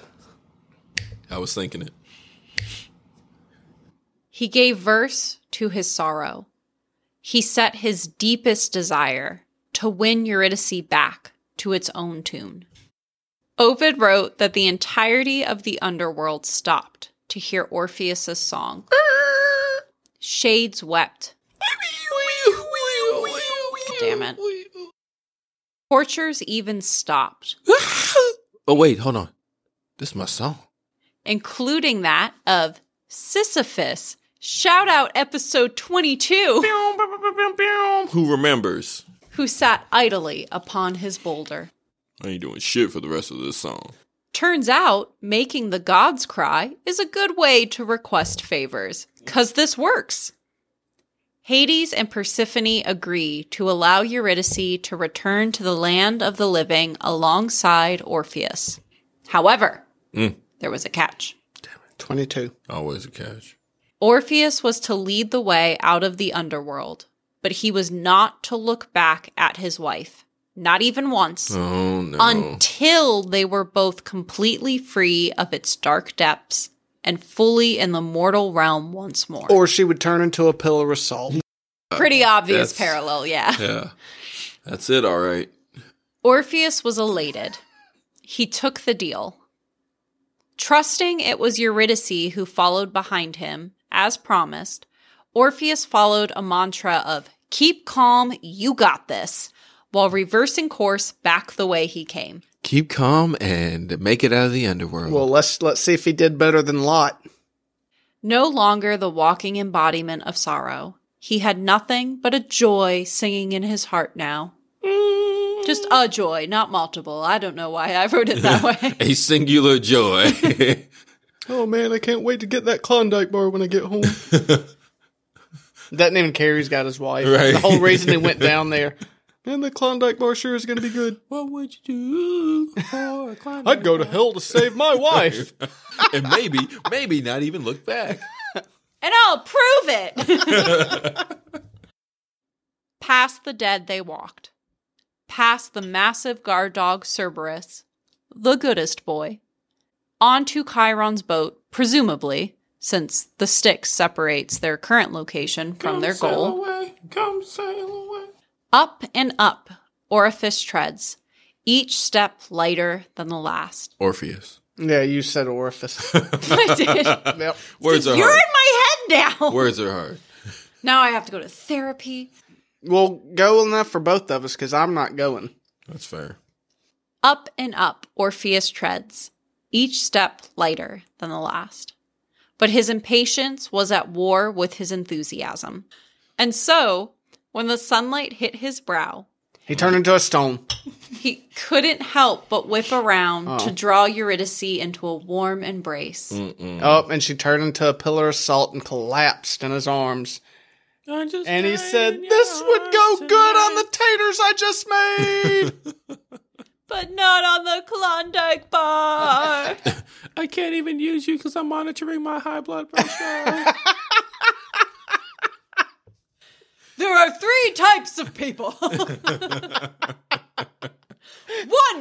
[SPEAKER 3] I was thinking it.
[SPEAKER 2] He gave verse to his sorrow. He set his deepest desire to win Eurydice back to its own tune. Ovid wrote that the entirety of the underworld stopped to hear Orpheus's song. Shades wept. Damn it. Tortures even stopped,
[SPEAKER 3] Oh wait, hold on. This is my song.
[SPEAKER 2] including that of Sisyphus. Shout out episode 22.
[SPEAKER 3] Who remembers?
[SPEAKER 2] who sat idly upon his boulder.
[SPEAKER 3] I ain't doing shit for the rest of this song.
[SPEAKER 2] Turns out, making the gods cry is a good way to request favors, because this works. Hades and Persephone agree to allow Eurydice to return to the land of the living alongside Orpheus. However,
[SPEAKER 3] Mm.
[SPEAKER 2] there was a catch.
[SPEAKER 5] 22.
[SPEAKER 3] Always a catch.
[SPEAKER 2] Orpheus was to lead the way out of the underworld, but he was not to look back at his wife, not even once.
[SPEAKER 3] Oh no.
[SPEAKER 2] until they were both completely free of its dark depths and fully in the mortal realm once more.
[SPEAKER 5] Or she would turn into a pillar of salt.
[SPEAKER 2] Pretty obvious
[SPEAKER 3] That's-
[SPEAKER 2] parallel, yeah.
[SPEAKER 3] yeah. That's it, all right.
[SPEAKER 2] Orpheus was elated. He took the deal. Trusting it was Eurydice who followed behind him, as promised, Orpheus followed a mantra of, Keep calm, you got this, while reversing course back the way he came.
[SPEAKER 4] Keep calm and make it out of the underworld.
[SPEAKER 5] Well, let's let's see if he did better than Lot.
[SPEAKER 2] No longer the walking embodiment of sorrow. He had nothing but a joy singing in his heart now. Just a joy, not multiple. I don't know why I wrote it that way.
[SPEAKER 3] A singular joy.
[SPEAKER 5] Oh man, I can't wait to get that Klondike bar when I get home. Doesn't even care he's got his wife.
[SPEAKER 3] Right.
[SPEAKER 5] The whole reason he went down there. And the Klondike bar sure is going to be good.
[SPEAKER 4] What would you do for a climate?
[SPEAKER 5] I'd go to hell to save my wife.
[SPEAKER 4] and maybe, maybe not even look back.
[SPEAKER 2] And I'll prove it. Past the dead they walked, past the massive guard dog Cerberus, the goodest boy, onto Chiron's boat, presumably, since the stick separates their current location from their goal.
[SPEAKER 4] away, come sail away.
[SPEAKER 2] Up and up, Orifice treads, each step lighter than the last.
[SPEAKER 4] Orpheus.
[SPEAKER 5] yeah, you said orifice.
[SPEAKER 2] I did.
[SPEAKER 5] yep.
[SPEAKER 4] Words are
[SPEAKER 2] You're in
[SPEAKER 4] hard.
[SPEAKER 2] my head now.
[SPEAKER 4] Words are hard.
[SPEAKER 2] now I have to go to therapy.
[SPEAKER 5] Well, go enough for both of us because I'm not going.
[SPEAKER 4] That's fair.
[SPEAKER 2] Up and up Orpheus treads, each step lighter than the last. But his impatience was at war with his enthusiasm. And so, when the sunlight hit his brow,
[SPEAKER 5] He turned into a stone.
[SPEAKER 2] he couldn't help but whip around to draw Eurydice into a warm embrace.
[SPEAKER 5] Up, and she turned into a pillar of salt and collapsed in his arms. And he said, This would go good on the taters I just made.
[SPEAKER 2] But not on the Klondike bar.
[SPEAKER 4] I can't even use you because I'm monitoring my high blood pressure.
[SPEAKER 2] there are three types of people. One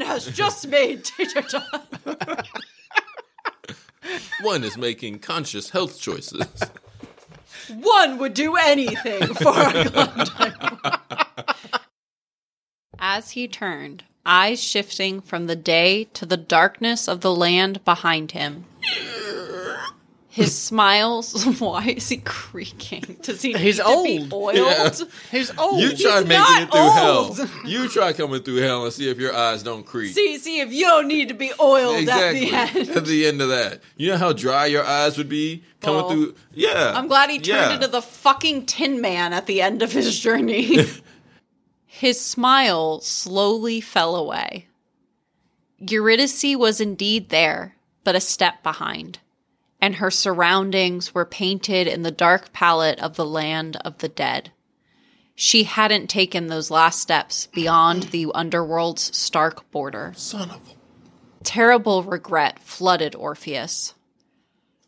[SPEAKER 2] has just made teeter tot.
[SPEAKER 4] One is making conscious health choices.
[SPEAKER 2] One would do anything for a Klondike As he turned, eyes shifting from the day to the darkness of the land behind him. His smiles. Why is he creaking? Does he?
[SPEAKER 5] He's
[SPEAKER 2] need to be
[SPEAKER 5] old.
[SPEAKER 2] oiled.
[SPEAKER 5] He's old.
[SPEAKER 4] You try
[SPEAKER 2] He's
[SPEAKER 4] making
[SPEAKER 2] not
[SPEAKER 4] it through
[SPEAKER 2] old.
[SPEAKER 4] hell. You try coming through hell and see if your eyes don't creep.
[SPEAKER 2] See, see if you don't need to be oiled
[SPEAKER 4] exactly.
[SPEAKER 2] at the end.
[SPEAKER 4] At the end of that, you know how dry your eyes would be coming
[SPEAKER 2] Well,
[SPEAKER 4] through. Yeah,
[SPEAKER 2] I'm glad he turned
[SPEAKER 4] Yeah.
[SPEAKER 2] into the fucking Tin Man at the end of his journey. his smile slowly fell away. Eurydice was indeed there, but a step behind, and her surroundings were painted in the dark palette of the land of the dead. She hadn't taken those last steps beyond the underworld's stark border.
[SPEAKER 4] son of a.
[SPEAKER 2] Terrible regret flooded Orpheus.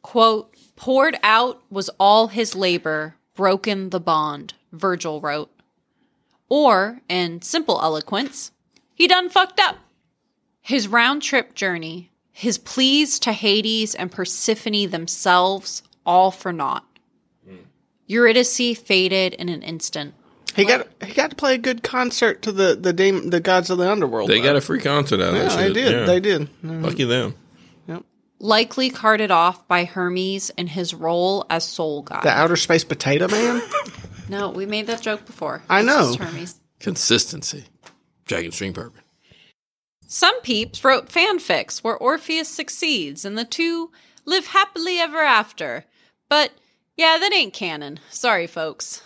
[SPEAKER 2] Quote, poured out was all his labor, broken the bond, Virgil wrote. Or, in simple eloquence, he done fucked up. His round trip journey, his pleas to Hades and Persephone themselves, all for naught. Eurydice faded in an instant.
[SPEAKER 5] He got he got to play a good concert to the the demon, the gods of the underworld.
[SPEAKER 4] They
[SPEAKER 5] though.
[SPEAKER 4] got a free concert out of
[SPEAKER 5] Yeah,
[SPEAKER 4] that
[SPEAKER 5] they
[SPEAKER 4] shit.
[SPEAKER 5] did.
[SPEAKER 4] Yeah.
[SPEAKER 5] They did. Yeah.
[SPEAKER 4] Lucky them.
[SPEAKER 2] Likely carted off by Hermes in his role as soul god.
[SPEAKER 5] The outer space potato man.
[SPEAKER 2] No, we made that joke before.
[SPEAKER 5] I
[SPEAKER 2] It's
[SPEAKER 5] know.
[SPEAKER 2] just Hermes.
[SPEAKER 4] Consistency. Dragon string bourbon.
[SPEAKER 2] Some peeps wrote fanfics where Orpheus succeeds and the two live happily ever after. But yeah, that ain't canon. Sorry, folks.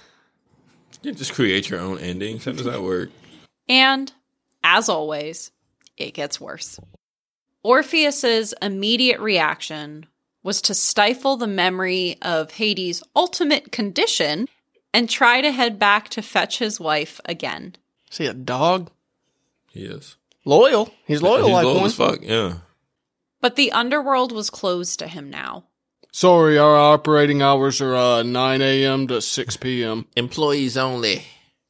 [SPEAKER 4] You just create your own endings. How does that work?
[SPEAKER 2] And as always, it gets worse. Orpheus's immediate reaction was to stifle the memory of Hades' ultimate condition and try to head back to fetch his wife again.
[SPEAKER 5] See a dog.
[SPEAKER 4] He is.
[SPEAKER 5] Loyal. He's loyal
[SPEAKER 4] He's
[SPEAKER 5] like
[SPEAKER 4] loyal
[SPEAKER 5] one.
[SPEAKER 4] as fuck. Yeah.
[SPEAKER 2] But the underworld was closed to him now.
[SPEAKER 5] Sorry, our operating hours are uh, 9 a.m. to 6 p.m.
[SPEAKER 4] Employees only.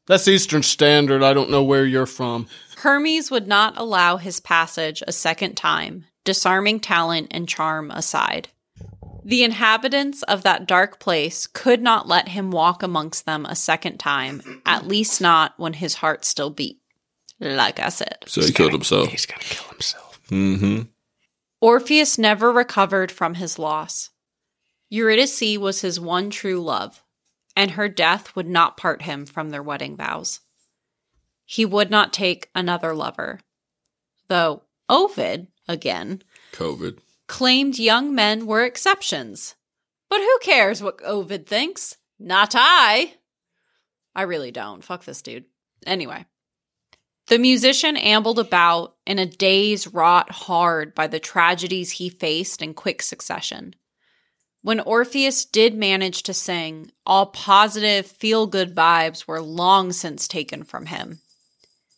[SPEAKER 5] That's Eastern Standard. I don't know where you're from.
[SPEAKER 2] Hermes would not allow his passage a second time, disarming talent and charm aside. The inhabitants of that dark place could not let him walk amongst them a second time, at least not when his heart still beat. Like I said.
[SPEAKER 4] So he killed himself.
[SPEAKER 5] He's gonna kill himself.
[SPEAKER 4] Mm-hmm.
[SPEAKER 2] Orpheus never recovered from his loss. Eurydice was his one true love, and her death would not part him from their wedding vows. He would not take another lover. Though Ovid, again,
[SPEAKER 4] COVID.
[SPEAKER 2] claimed young men were exceptions. But who cares what Ovid thinks? Not I. I really don't. Fuck this dude. Anyway. The musician ambled about in a daze wrought hard by the tragedies he faced in quick succession. When Orpheus did manage to sing, all positive, feel good vibes were long since taken from him.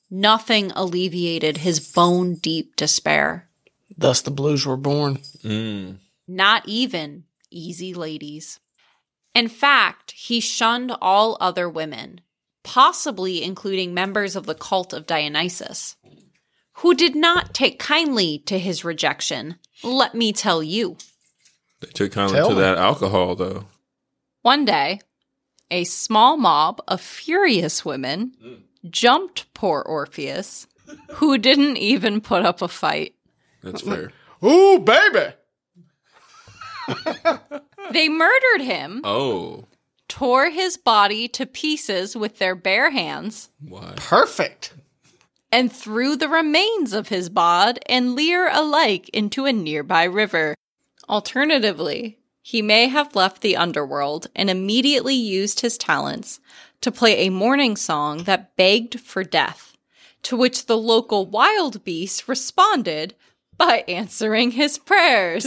[SPEAKER 2] Nothing alleviated his bone deep despair.
[SPEAKER 5] Thus the blues were born.
[SPEAKER 3] Mm.
[SPEAKER 2] not even easy ladies. In fact, he shunned all other women, possibly including members of the cult of Dionysus, who did not take kindly to his rejection, let me tell you.
[SPEAKER 3] They took kindly
[SPEAKER 5] Tell
[SPEAKER 3] to
[SPEAKER 5] me.
[SPEAKER 3] that alcohol, though.
[SPEAKER 2] One day, a small mob of furious women jumped poor Orpheus, who didn't even put up a fight.
[SPEAKER 3] That's fair.
[SPEAKER 5] Ooh, baby.
[SPEAKER 2] They murdered him,
[SPEAKER 3] Oh,
[SPEAKER 2] tore his body to pieces with their bare hands,
[SPEAKER 3] why?
[SPEAKER 5] Perfect.
[SPEAKER 2] and threw the remains of his bod and Lear alike into a nearby river. Alternatively, he may have left the underworld and immediately used his talents to play a mourning song that begged for death, to which the local wild beast responded by answering his prayers.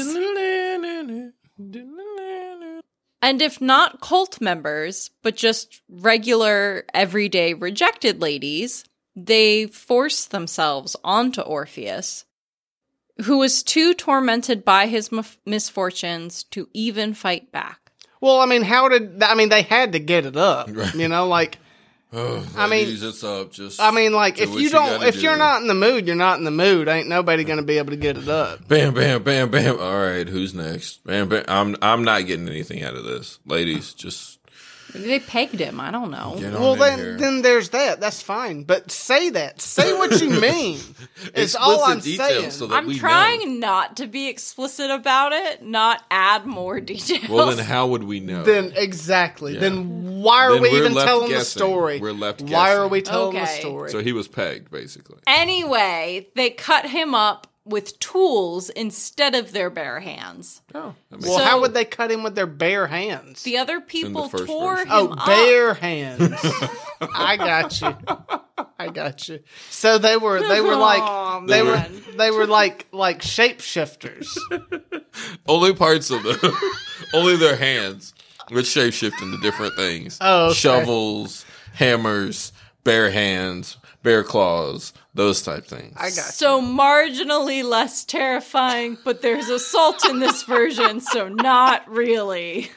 [SPEAKER 2] And if not cult members, but just regular, everyday rejected ladies, they forced themselves onto Orpheus, who was too tormented by his m- misfortunes to even fight back.
[SPEAKER 5] Well, I mean, how did I mean they had to get it up? You know, like
[SPEAKER 3] I
[SPEAKER 5] mean-
[SPEAKER 3] it's up. Just
[SPEAKER 5] I mean, like
[SPEAKER 3] do
[SPEAKER 5] if
[SPEAKER 3] what
[SPEAKER 5] you don't,
[SPEAKER 3] gotta
[SPEAKER 5] if you're
[SPEAKER 3] do.
[SPEAKER 5] not in the mood, you're not in the mood. Ain't nobody gonna be able to get it up.
[SPEAKER 3] bam, bam, bam, bam. All right, who's next? Bam, bam. I'm I'm not getting anything out of this, ladies. Just
[SPEAKER 2] Maybe they pegged him. I don't know.
[SPEAKER 3] get on
[SPEAKER 5] Well,
[SPEAKER 3] in here.
[SPEAKER 5] then, then there's that. That's fine. But say that. Say what you mean. it's all I'm
[SPEAKER 3] Explicit details
[SPEAKER 5] saying.
[SPEAKER 3] so that
[SPEAKER 2] I'm
[SPEAKER 3] we know.
[SPEAKER 2] trying not to be explicit about it, not add more details.
[SPEAKER 3] Well, then how would we know?
[SPEAKER 5] then exactly. Then why are
[SPEAKER 3] Then
[SPEAKER 5] we
[SPEAKER 3] we're
[SPEAKER 5] even
[SPEAKER 3] left
[SPEAKER 5] telling the
[SPEAKER 3] guessing.
[SPEAKER 5] story?
[SPEAKER 3] We're left
[SPEAKER 5] Why are
[SPEAKER 3] guessing.
[SPEAKER 5] we telling the
[SPEAKER 2] Okay.
[SPEAKER 5] story?
[SPEAKER 3] so he was pegged, basically.
[SPEAKER 2] anyway, they cut him up with tools instead of their bare hands.
[SPEAKER 3] Oh, that makes
[SPEAKER 5] well,
[SPEAKER 2] so-
[SPEAKER 5] how would they cut him with their bare hands?
[SPEAKER 2] The other people
[SPEAKER 3] first
[SPEAKER 2] tore
[SPEAKER 3] version.
[SPEAKER 2] him
[SPEAKER 5] Oh,
[SPEAKER 2] up.
[SPEAKER 5] bare hands. I got you. I got you. So they were they were like
[SPEAKER 2] Aw,
[SPEAKER 5] they were
[SPEAKER 2] man.
[SPEAKER 5] they were like like shapeshifters.
[SPEAKER 3] Only parts of them. Only their hands. With shape shifting to different things.
[SPEAKER 5] Oh, okay.
[SPEAKER 3] Shovels, hammers, bare hands, bare claws, those type things.
[SPEAKER 5] I got
[SPEAKER 2] So marginally less terrifying, but there's assault in this version, so not really.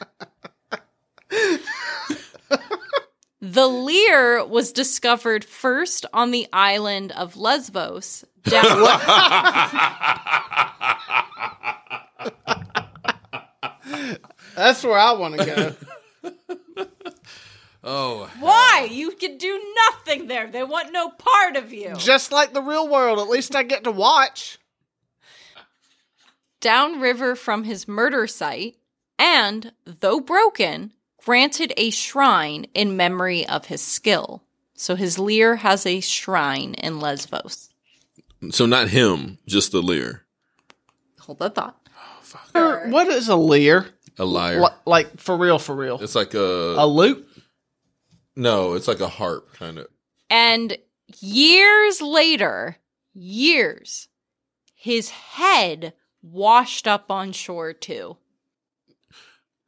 [SPEAKER 2] the Lear was discovered first on the island of Lesbos. Down-
[SPEAKER 5] you. That's where I want to go.
[SPEAKER 3] oh,
[SPEAKER 2] Why? You can do nothing there. They want no part of you.
[SPEAKER 5] Just like the real world, at least I get to watch.
[SPEAKER 2] downriver from his murder site and, though broken, granted a shrine in memory of his skill. So his Lear has a shrine in Lesbos.
[SPEAKER 3] so not him, just the leer.
[SPEAKER 2] Hold that thought.
[SPEAKER 5] Er, What is a leer?
[SPEAKER 3] A liar.
[SPEAKER 5] Li- like for real, for real.
[SPEAKER 3] It's like a,
[SPEAKER 5] A loop.
[SPEAKER 3] no, it's like a harp kind of.
[SPEAKER 2] And years later, years, his head washed up on shore too.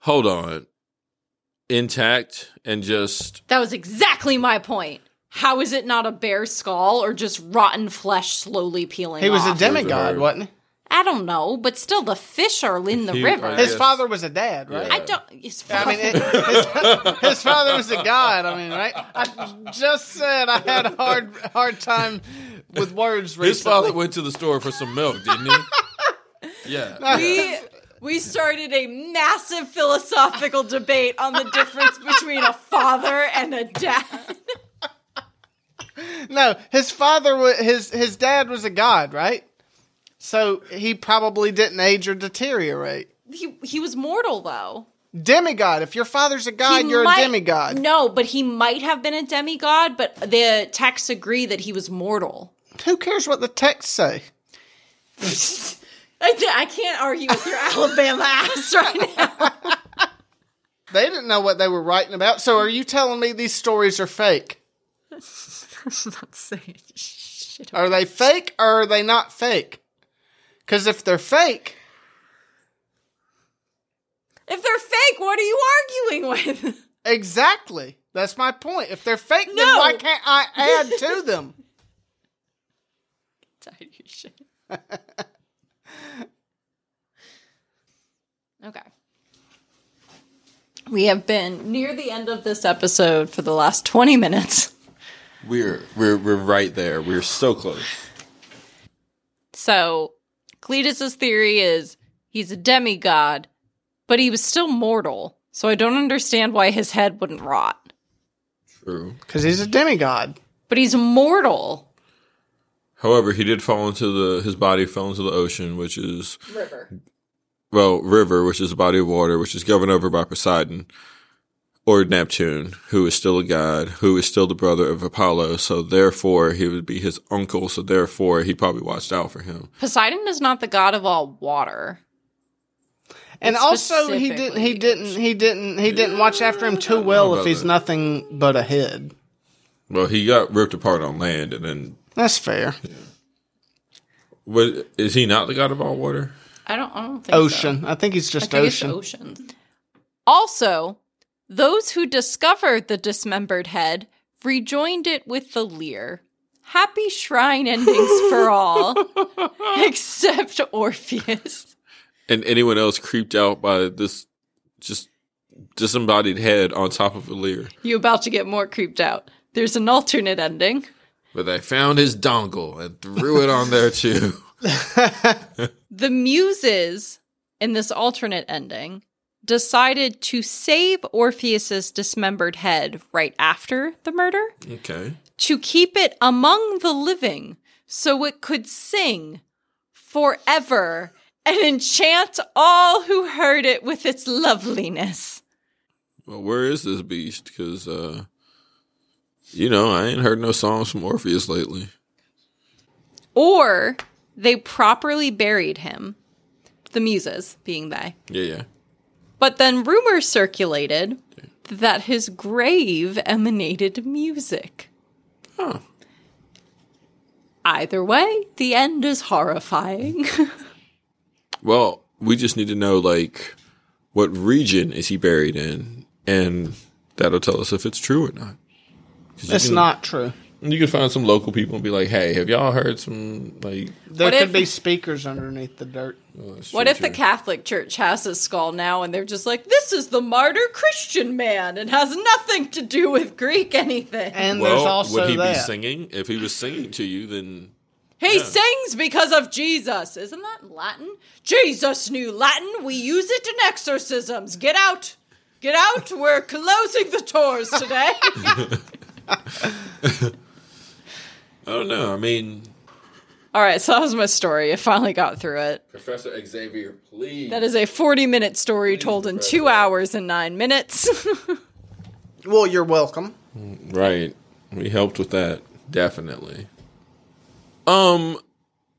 [SPEAKER 3] Hold on. Intact and just
[SPEAKER 2] That was exactly my point. How is it not a bare skull or just rotten flesh slowly peeling
[SPEAKER 5] He was a
[SPEAKER 2] off?
[SPEAKER 5] demigod, wasn't
[SPEAKER 2] I don't know, but still, the fish are in the
[SPEAKER 3] He- uh,
[SPEAKER 2] river.
[SPEAKER 3] I
[SPEAKER 5] he? His
[SPEAKER 3] Yes.
[SPEAKER 5] father was a dad, right?
[SPEAKER 2] I don't. It's
[SPEAKER 5] I mean, it, his, his father was a god. I mean, right? I just said I had a hard hard time with words. Recently.
[SPEAKER 3] his father went to the store for some milk, didn't he? yeah.
[SPEAKER 2] we we started a massive philosophical debate on the difference between a father and a dad.
[SPEAKER 5] No, his father wa his his dad was a god, right? So he probably didn't age or deteriorate.
[SPEAKER 2] He he was mortal though.
[SPEAKER 5] Demigod. If your father's a god,
[SPEAKER 2] He
[SPEAKER 5] you're
[SPEAKER 2] might-
[SPEAKER 5] a demigod.
[SPEAKER 2] No, Oh, but he might have been a demigod. But the texts agree that he was mortal.
[SPEAKER 5] Who cares what the texts say?
[SPEAKER 2] I, I can't argue with your Alabama ass right now.
[SPEAKER 5] They didn't know what they were writing about. So are you telling me these stories are fake?
[SPEAKER 2] I'm not saying shit.
[SPEAKER 5] Are they fake or are they not fake? Because if they're fake,
[SPEAKER 2] If they're fake, what are you arguing with?
[SPEAKER 5] Exactly. That's my point. If they're fake,
[SPEAKER 2] No.
[SPEAKER 5] then why can't I add to them?
[SPEAKER 4] conversation. okay. We have been near the end of this episode for the last 20 minutes.
[SPEAKER 7] We're we're we're right there. We're so close.
[SPEAKER 4] So, Cletus's theory is he's a demigod, but he was still mortal. So I don't understand why his head wouldn't rot.
[SPEAKER 7] True.
[SPEAKER 5] Because he's a demigod.
[SPEAKER 4] But he's mortal.
[SPEAKER 3] However, he did fall into the his body fell into the ocean, which is
[SPEAKER 4] River.
[SPEAKER 3] well, river, which is a body of water, which is governed over by Poseidon or Neptune, who is still a god, who is still the brother of Apollo. So therefore, he would be his uncle. So therefore, he probably watched out for him.
[SPEAKER 4] Poseidon is not the god of all water.
[SPEAKER 5] And also he didn't
[SPEAKER 4] Specifically
[SPEAKER 5] he didn't he didn't he didn't watch after him too well if
[SPEAKER 3] about
[SPEAKER 5] he's
[SPEAKER 3] that.
[SPEAKER 5] nothing but a head.
[SPEAKER 3] Well, he got ripped apart on land, and then
[SPEAKER 5] That's fair.
[SPEAKER 3] what is he not the god of all water?
[SPEAKER 4] I don't, I don't think so.
[SPEAKER 5] Ocean. I think he's
[SPEAKER 4] I
[SPEAKER 5] just
[SPEAKER 4] think it's
[SPEAKER 5] ocean.
[SPEAKER 4] ocean. Also, those who discovered the dismembered head rejoined it with the leer. Happy shrine endings for all, except Orpheus.
[SPEAKER 3] And anyone else creeped out by this just disembodied head on top of a leer.
[SPEAKER 4] You about to get more creeped out. There's an alternate ending.
[SPEAKER 7] But they found his dongle and threw it on there too.
[SPEAKER 4] The muses in this alternate ending decided to save Orpheus's dismembered head right after the murder.
[SPEAKER 3] Okay.
[SPEAKER 4] to keep it among the living so it could sing forever and enchant all who heard it with its loveliness.
[SPEAKER 3] Well, where is this beast? Because, uh, you know, I ain't heard no songs from Orpheus lately.
[SPEAKER 4] Or they properly buried him, the muses being they.
[SPEAKER 3] Yeah, yeah.
[SPEAKER 4] But then rumors circulated that his grave emanated music.
[SPEAKER 3] Huh.
[SPEAKER 4] Either way, the end is horrifying.
[SPEAKER 3] Well, we just need to know like what region is he buried in, and that'll tell us if it's true or not. 'Cause you
[SPEAKER 5] That's
[SPEAKER 3] can-
[SPEAKER 5] not true.
[SPEAKER 3] You can find some local people and be like, "Hey, have y'all heard some like?"
[SPEAKER 5] There
[SPEAKER 4] What
[SPEAKER 5] could
[SPEAKER 4] if-
[SPEAKER 5] be speakers underneath the dirt.
[SPEAKER 4] What if the Catholic Church has his skull now and they're just like, this is the martyr Christian man and has nothing to do with Greek anything?
[SPEAKER 5] And
[SPEAKER 3] well,
[SPEAKER 5] there's also
[SPEAKER 3] would he
[SPEAKER 5] that.
[SPEAKER 3] be singing? If he was singing to you, then
[SPEAKER 4] he sings because of Jesus. Isn't that Latin? Jesus knew Latin. We use it in exorcisms. Get out. Get out. We're closing the doors today.
[SPEAKER 3] I don't know. I mean,
[SPEAKER 4] All right, so that was my story. I finally got through it.
[SPEAKER 3] Professor Xavier, please.
[SPEAKER 4] That is a 40 minute story told in two hours and nine minutes.
[SPEAKER 5] well, you're welcome.
[SPEAKER 3] Right. We helped with that, definitely. Um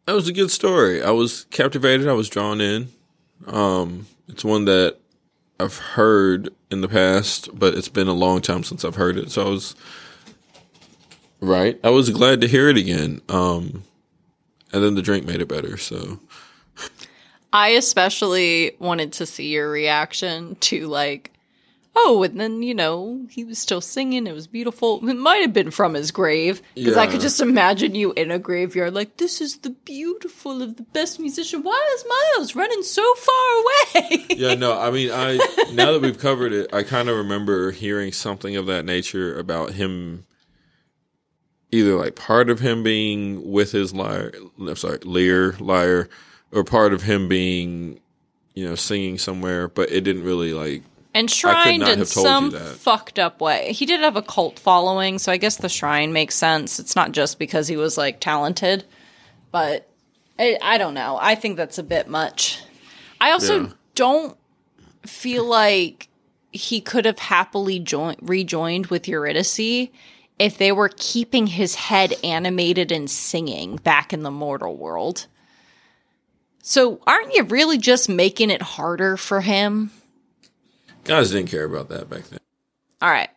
[SPEAKER 3] that was a good story. I was captivated, I was drawn in. Um it's one that I've heard in the past, but it's been a long time since I've heard it. So I was right. I was glad to hear it again. Um and then the drink made it better, so
[SPEAKER 4] I especially wanted to see your reaction to like, oh, and then you know he was still singing. It was beautiful. It might have been from his grave because I could
[SPEAKER 3] Yeah.
[SPEAKER 4] just imagine you in a graveyard, like this is the beautiful of the best musician. Why is Miles running so far away?
[SPEAKER 3] yeah, no, I mean, I now that we've covered it, I kind of remember hearing something of that nature about him, either like part of him being with his liar, I'm sorry, Lear liar, or part of him being, you know, singing somewhere, but it didn't really like.
[SPEAKER 4] enshrined
[SPEAKER 3] not
[SPEAKER 4] in
[SPEAKER 3] have told you
[SPEAKER 4] some
[SPEAKER 3] that.
[SPEAKER 4] fucked up way. He did have a cult following, so I guess the shrine makes sense. It's not just because he was like talented, but I, I don't know. I think that's a bit much. I also
[SPEAKER 3] Yeah.
[SPEAKER 4] don't feel like he could have happily joined rejoined with Eurydice if they were keeping his head animated and singing back in the mortal world. So, aren't you really just making it harder for him?
[SPEAKER 3] Guys didn't care about that back then.
[SPEAKER 4] All right.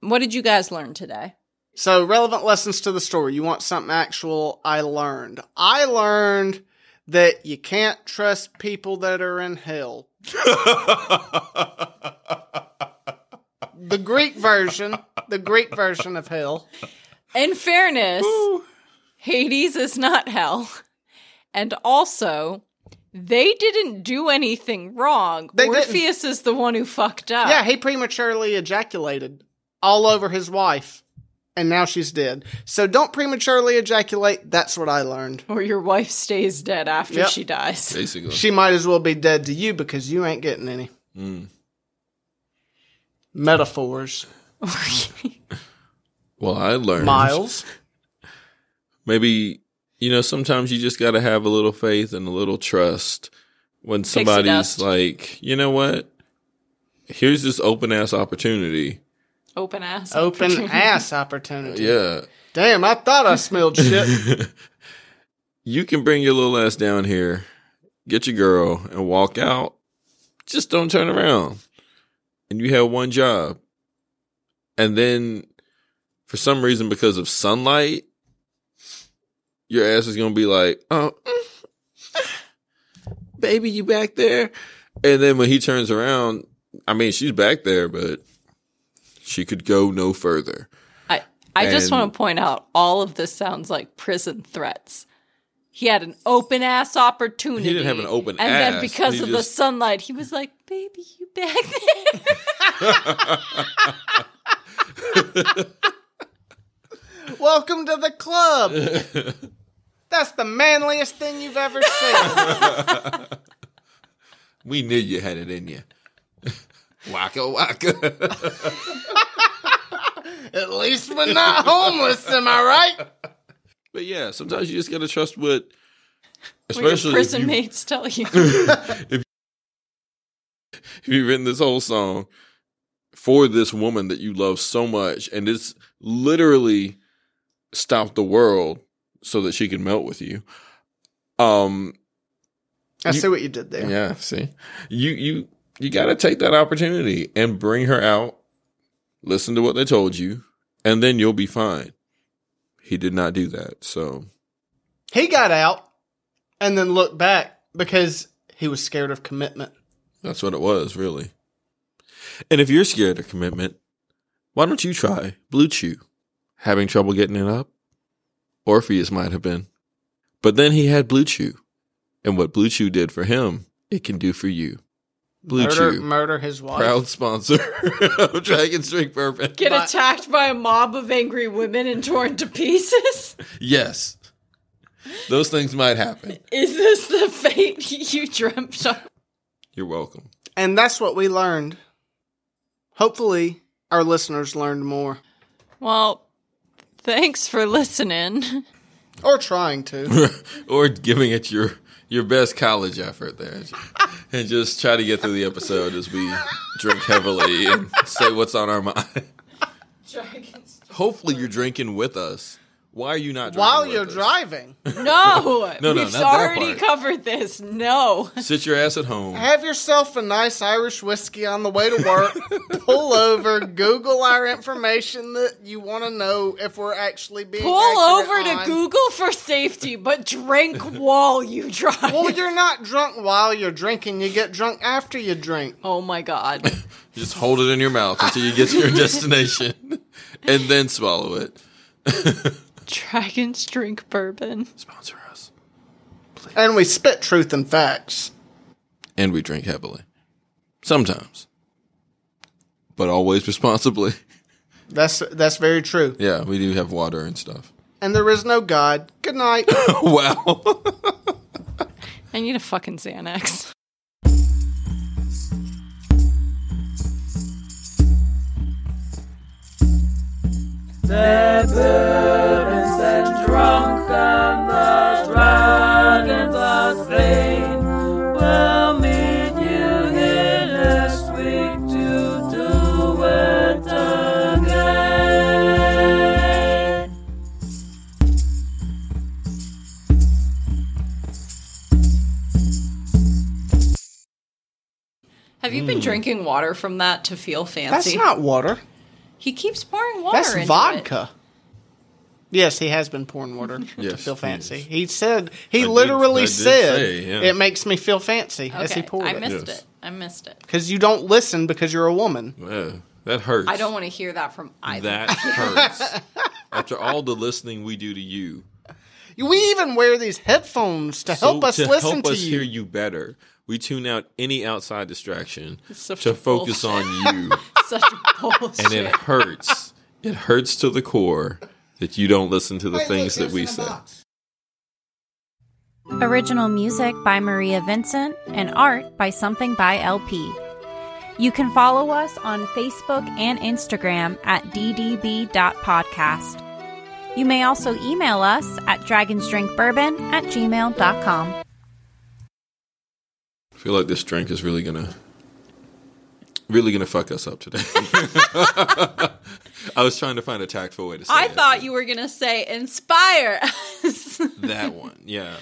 [SPEAKER 4] What did you guys learn today?
[SPEAKER 5] So, relevant lessons to the story. You want something actual? I learned. I learned that you can't trust people that are in hell. the Greek version, the Greek version of hell.
[SPEAKER 4] In fairness, Hades is not hell. And also, they didn't do anything wrong.
[SPEAKER 5] They didn't.
[SPEAKER 4] Orpheus is the one who fucked up.
[SPEAKER 5] Yeah, he prematurely ejaculated all over his wife, and now she's dead. So don't prematurely ejaculate. That's what I learned.
[SPEAKER 4] or your wife stays dead after
[SPEAKER 5] Yep.
[SPEAKER 4] she dies.
[SPEAKER 3] Basically.
[SPEAKER 5] She might as well be dead to you because you ain't getting any.
[SPEAKER 3] Mm.
[SPEAKER 5] Metaphors.
[SPEAKER 3] Well, I learned.
[SPEAKER 5] Miles.
[SPEAKER 3] Maybe, you know, sometimes you just got to have a little faith and a little trust when somebody's
[SPEAKER 4] dust.
[SPEAKER 3] like, you know what? Here's this open ass opportunity.
[SPEAKER 4] Open ass.
[SPEAKER 5] Open ass opportunity.
[SPEAKER 3] Yeah.
[SPEAKER 5] Damn, I thought I smelled shit.
[SPEAKER 3] You can bring your little ass down here, get your girl, and walk out. Just don't turn around. And you have one job. And then, for some reason, because of sunlight, your ass is going to be like, oh, mm, baby, you back there? And then when he turns around, I mean, she's back there, but she could go no further.
[SPEAKER 4] I, I just
[SPEAKER 3] And-
[SPEAKER 4] want to point out all of this sounds like prison threats. He had an open ass opportunity.
[SPEAKER 3] He didn't have an open
[SPEAKER 4] and
[SPEAKER 3] ass.
[SPEAKER 4] then because
[SPEAKER 3] He
[SPEAKER 4] of the
[SPEAKER 3] just-
[SPEAKER 4] sunlight, he was like, "Baby, you back there?"
[SPEAKER 5] Welcome to the club. That's the manliest thing you've ever seen.
[SPEAKER 3] We knew you had it in you. waka waka.
[SPEAKER 5] At least we're not homeless, am I right?
[SPEAKER 3] But yeah, sometimes you just gotta trust what,
[SPEAKER 4] When your
[SPEAKER 3] especially if,
[SPEAKER 4] prison
[SPEAKER 3] you,
[SPEAKER 4] mates tell you.
[SPEAKER 3] if you've written this whole song for this woman that you love so much, and it's literally stopped the world so that she can melt with you. Um,
[SPEAKER 5] I see what you did there.
[SPEAKER 3] yeah, see, you you you gotta take that opportunity and bring her out. Listen to what they told you, and then you'll be fine. He did not do that, so
[SPEAKER 5] He got out and then looked back because he was scared of commitment.
[SPEAKER 3] That's what it was, really. And if you're scared of commitment, why don't you try Blue Chew? Having trouble getting it up? Orpheus might have been. But then he had Blue Chew. And what Blue Chew did for him, it can do for you. Blue
[SPEAKER 5] Murder,
[SPEAKER 3] Chew,
[SPEAKER 5] murder his wife.
[SPEAKER 3] proud sponsor of Dragon String Perfect.
[SPEAKER 4] Get attacked by a mob of angry women and torn to pieces?
[SPEAKER 3] Yes. Those things might happen.
[SPEAKER 4] Is this the fate you dreamt of?
[SPEAKER 3] You're welcome.
[SPEAKER 5] And that's what we learned. Hopefully, our listeners learned more
[SPEAKER 4] Well, thanks for listening.
[SPEAKER 5] or trying to.
[SPEAKER 3] or giving it your your best college effort there, and just try to get through the episode as we drink heavily and say what's on our mind. Hopefully, you're drinking with us. Why are you not drinking
[SPEAKER 5] While
[SPEAKER 3] with
[SPEAKER 5] you're
[SPEAKER 3] us?
[SPEAKER 5] driving,
[SPEAKER 4] No,
[SPEAKER 3] No, no, not
[SPEAKER 4] we've
[SPEAKER 3] that
[SPEAKER 4] already
[SPEAKER 3] part.
[SPEAKER 4] covered this. No.
[SPEAKER 3] Sit your ass at home.
[SPEAKER 5] have yourself a nice Irish whiskey on the way to work. Pull over, Google our information that you want to know if we're actually being
[SPEAKER 4] Pull over
[SPEAKER 5] accurate
[SPEAKER 4] to
[SPEAKER 5] on.
[SPEAKER 4] Google for safety, but drink while you drive.
[SPEAKER 5] Well, you're not drunk while you're drinking. You get drunk after you drink.
[SPEAKER 4] oh my god.
[SPEAKER 3] Just hold it in your mouth until you get to your destination, and then swallow it.
[SPEAKER 4] Dragons drink bourbon.
[SPEAKER 3] Sponsor us,
[SPEAKER 5] And we spit truth and facts.
[SPEAKER 3] and we drink heavily sometimes, but always responsibly.
[SPEAKER 5] That's that's very true.
[SPEAKER 3] Yeah, we do have water and stuff.
[SPEAKER 5] And there is no God. Good night.
[SPEAKER 3] Wow.
[SPEAKER 4] I need a fucking Xanax.
[SPEAKER 8] The bourbons and drunk on the dragon's lost plain. We'll meet you here next week to do it again.
[SPEAKER 4] Have you been drinking water from that to feel fancy?
[SPEAKER 5] Hmm. That's not water.
[SPEAKER 4] he keeps pouring water.
[SPEAKER 5] That's
[SPEAKER 4] into it.
[SPEAKER 5] vodka. Yes, he has been pouring water to
[SPEAKER 3] Yes,
[SPEAKER 5] feel
[SPEAKER 3] he
[SPEAKER 5] fancy. He, said he
[SPEAKER 3] did-
[SPEAKER 5] literally
[SPEAKER 3] I did
[SPEAKER 5] said
[SPEAKER 3] say, yeah.
[SPEAKER 5] it makes me feel fancy as he
[SPEAKER 4] Okay,
[SPEAKER 5] poured
[SPEAKER 4] I
[SPEAKER 5] it.
[SPEAKER 4] missed
[SPEAKER 3] Yes.
[SPEAKER 4] it. I missed it.
[SPEAKER 5] Because you don't listen because you're a woman.
[SPEAKER 3] Yeah, that hurts.
[SPEAKER 4] I don't want to hear that from either.
[SPEAKER 3] That hurts. After all the listening we do to you,
[SPEAKER 5] We even wear these headphones to help
[SPEAKER 3] So
[SPEAKER 5] us listen
[SPEAKER 3] help
[SPEAKER 5] to
[SPEAKER 3] us
[SPEAKER 5] you.
[SPEAKER 3] hear you better. We tune out any outside distraction
[SPEAKER 4] such
[SPEAKER 3] to
[SPEAKER 4] a bull-
[SPEAKER 3] focus on you,
[SPEAKER 4] Such bullshit.
[SPEAKER 3] and it hurts. It hurts to the core that you don't listen to the
[SPEAKER 5] Wait,
[SPEAKER 3] things
[SPEAKER 5] look,
[SPEAKER 3] that we
[SPEAKER 5] there's in
[SPEAKER 3] say.
[SPEAKER 5] a box.
[SPEAKER 2] Original music by Maria Vincent and art by Something by LP. You can follow us on Facebook and Instagram at ddb.podcast. You may also email us at dragonsdrinkbourbon at gmail.com.
[SPEAKER 3] I feel like this drink is really gonna, really gonna fuck us up today. I was trying to find a tactful way to say
[SPEAKER 4] I
[SPEAKER 3] it.
[SPEAKER 4] thought you were gonna say inspire us.
[SPEAKER 3] that one. Yeah,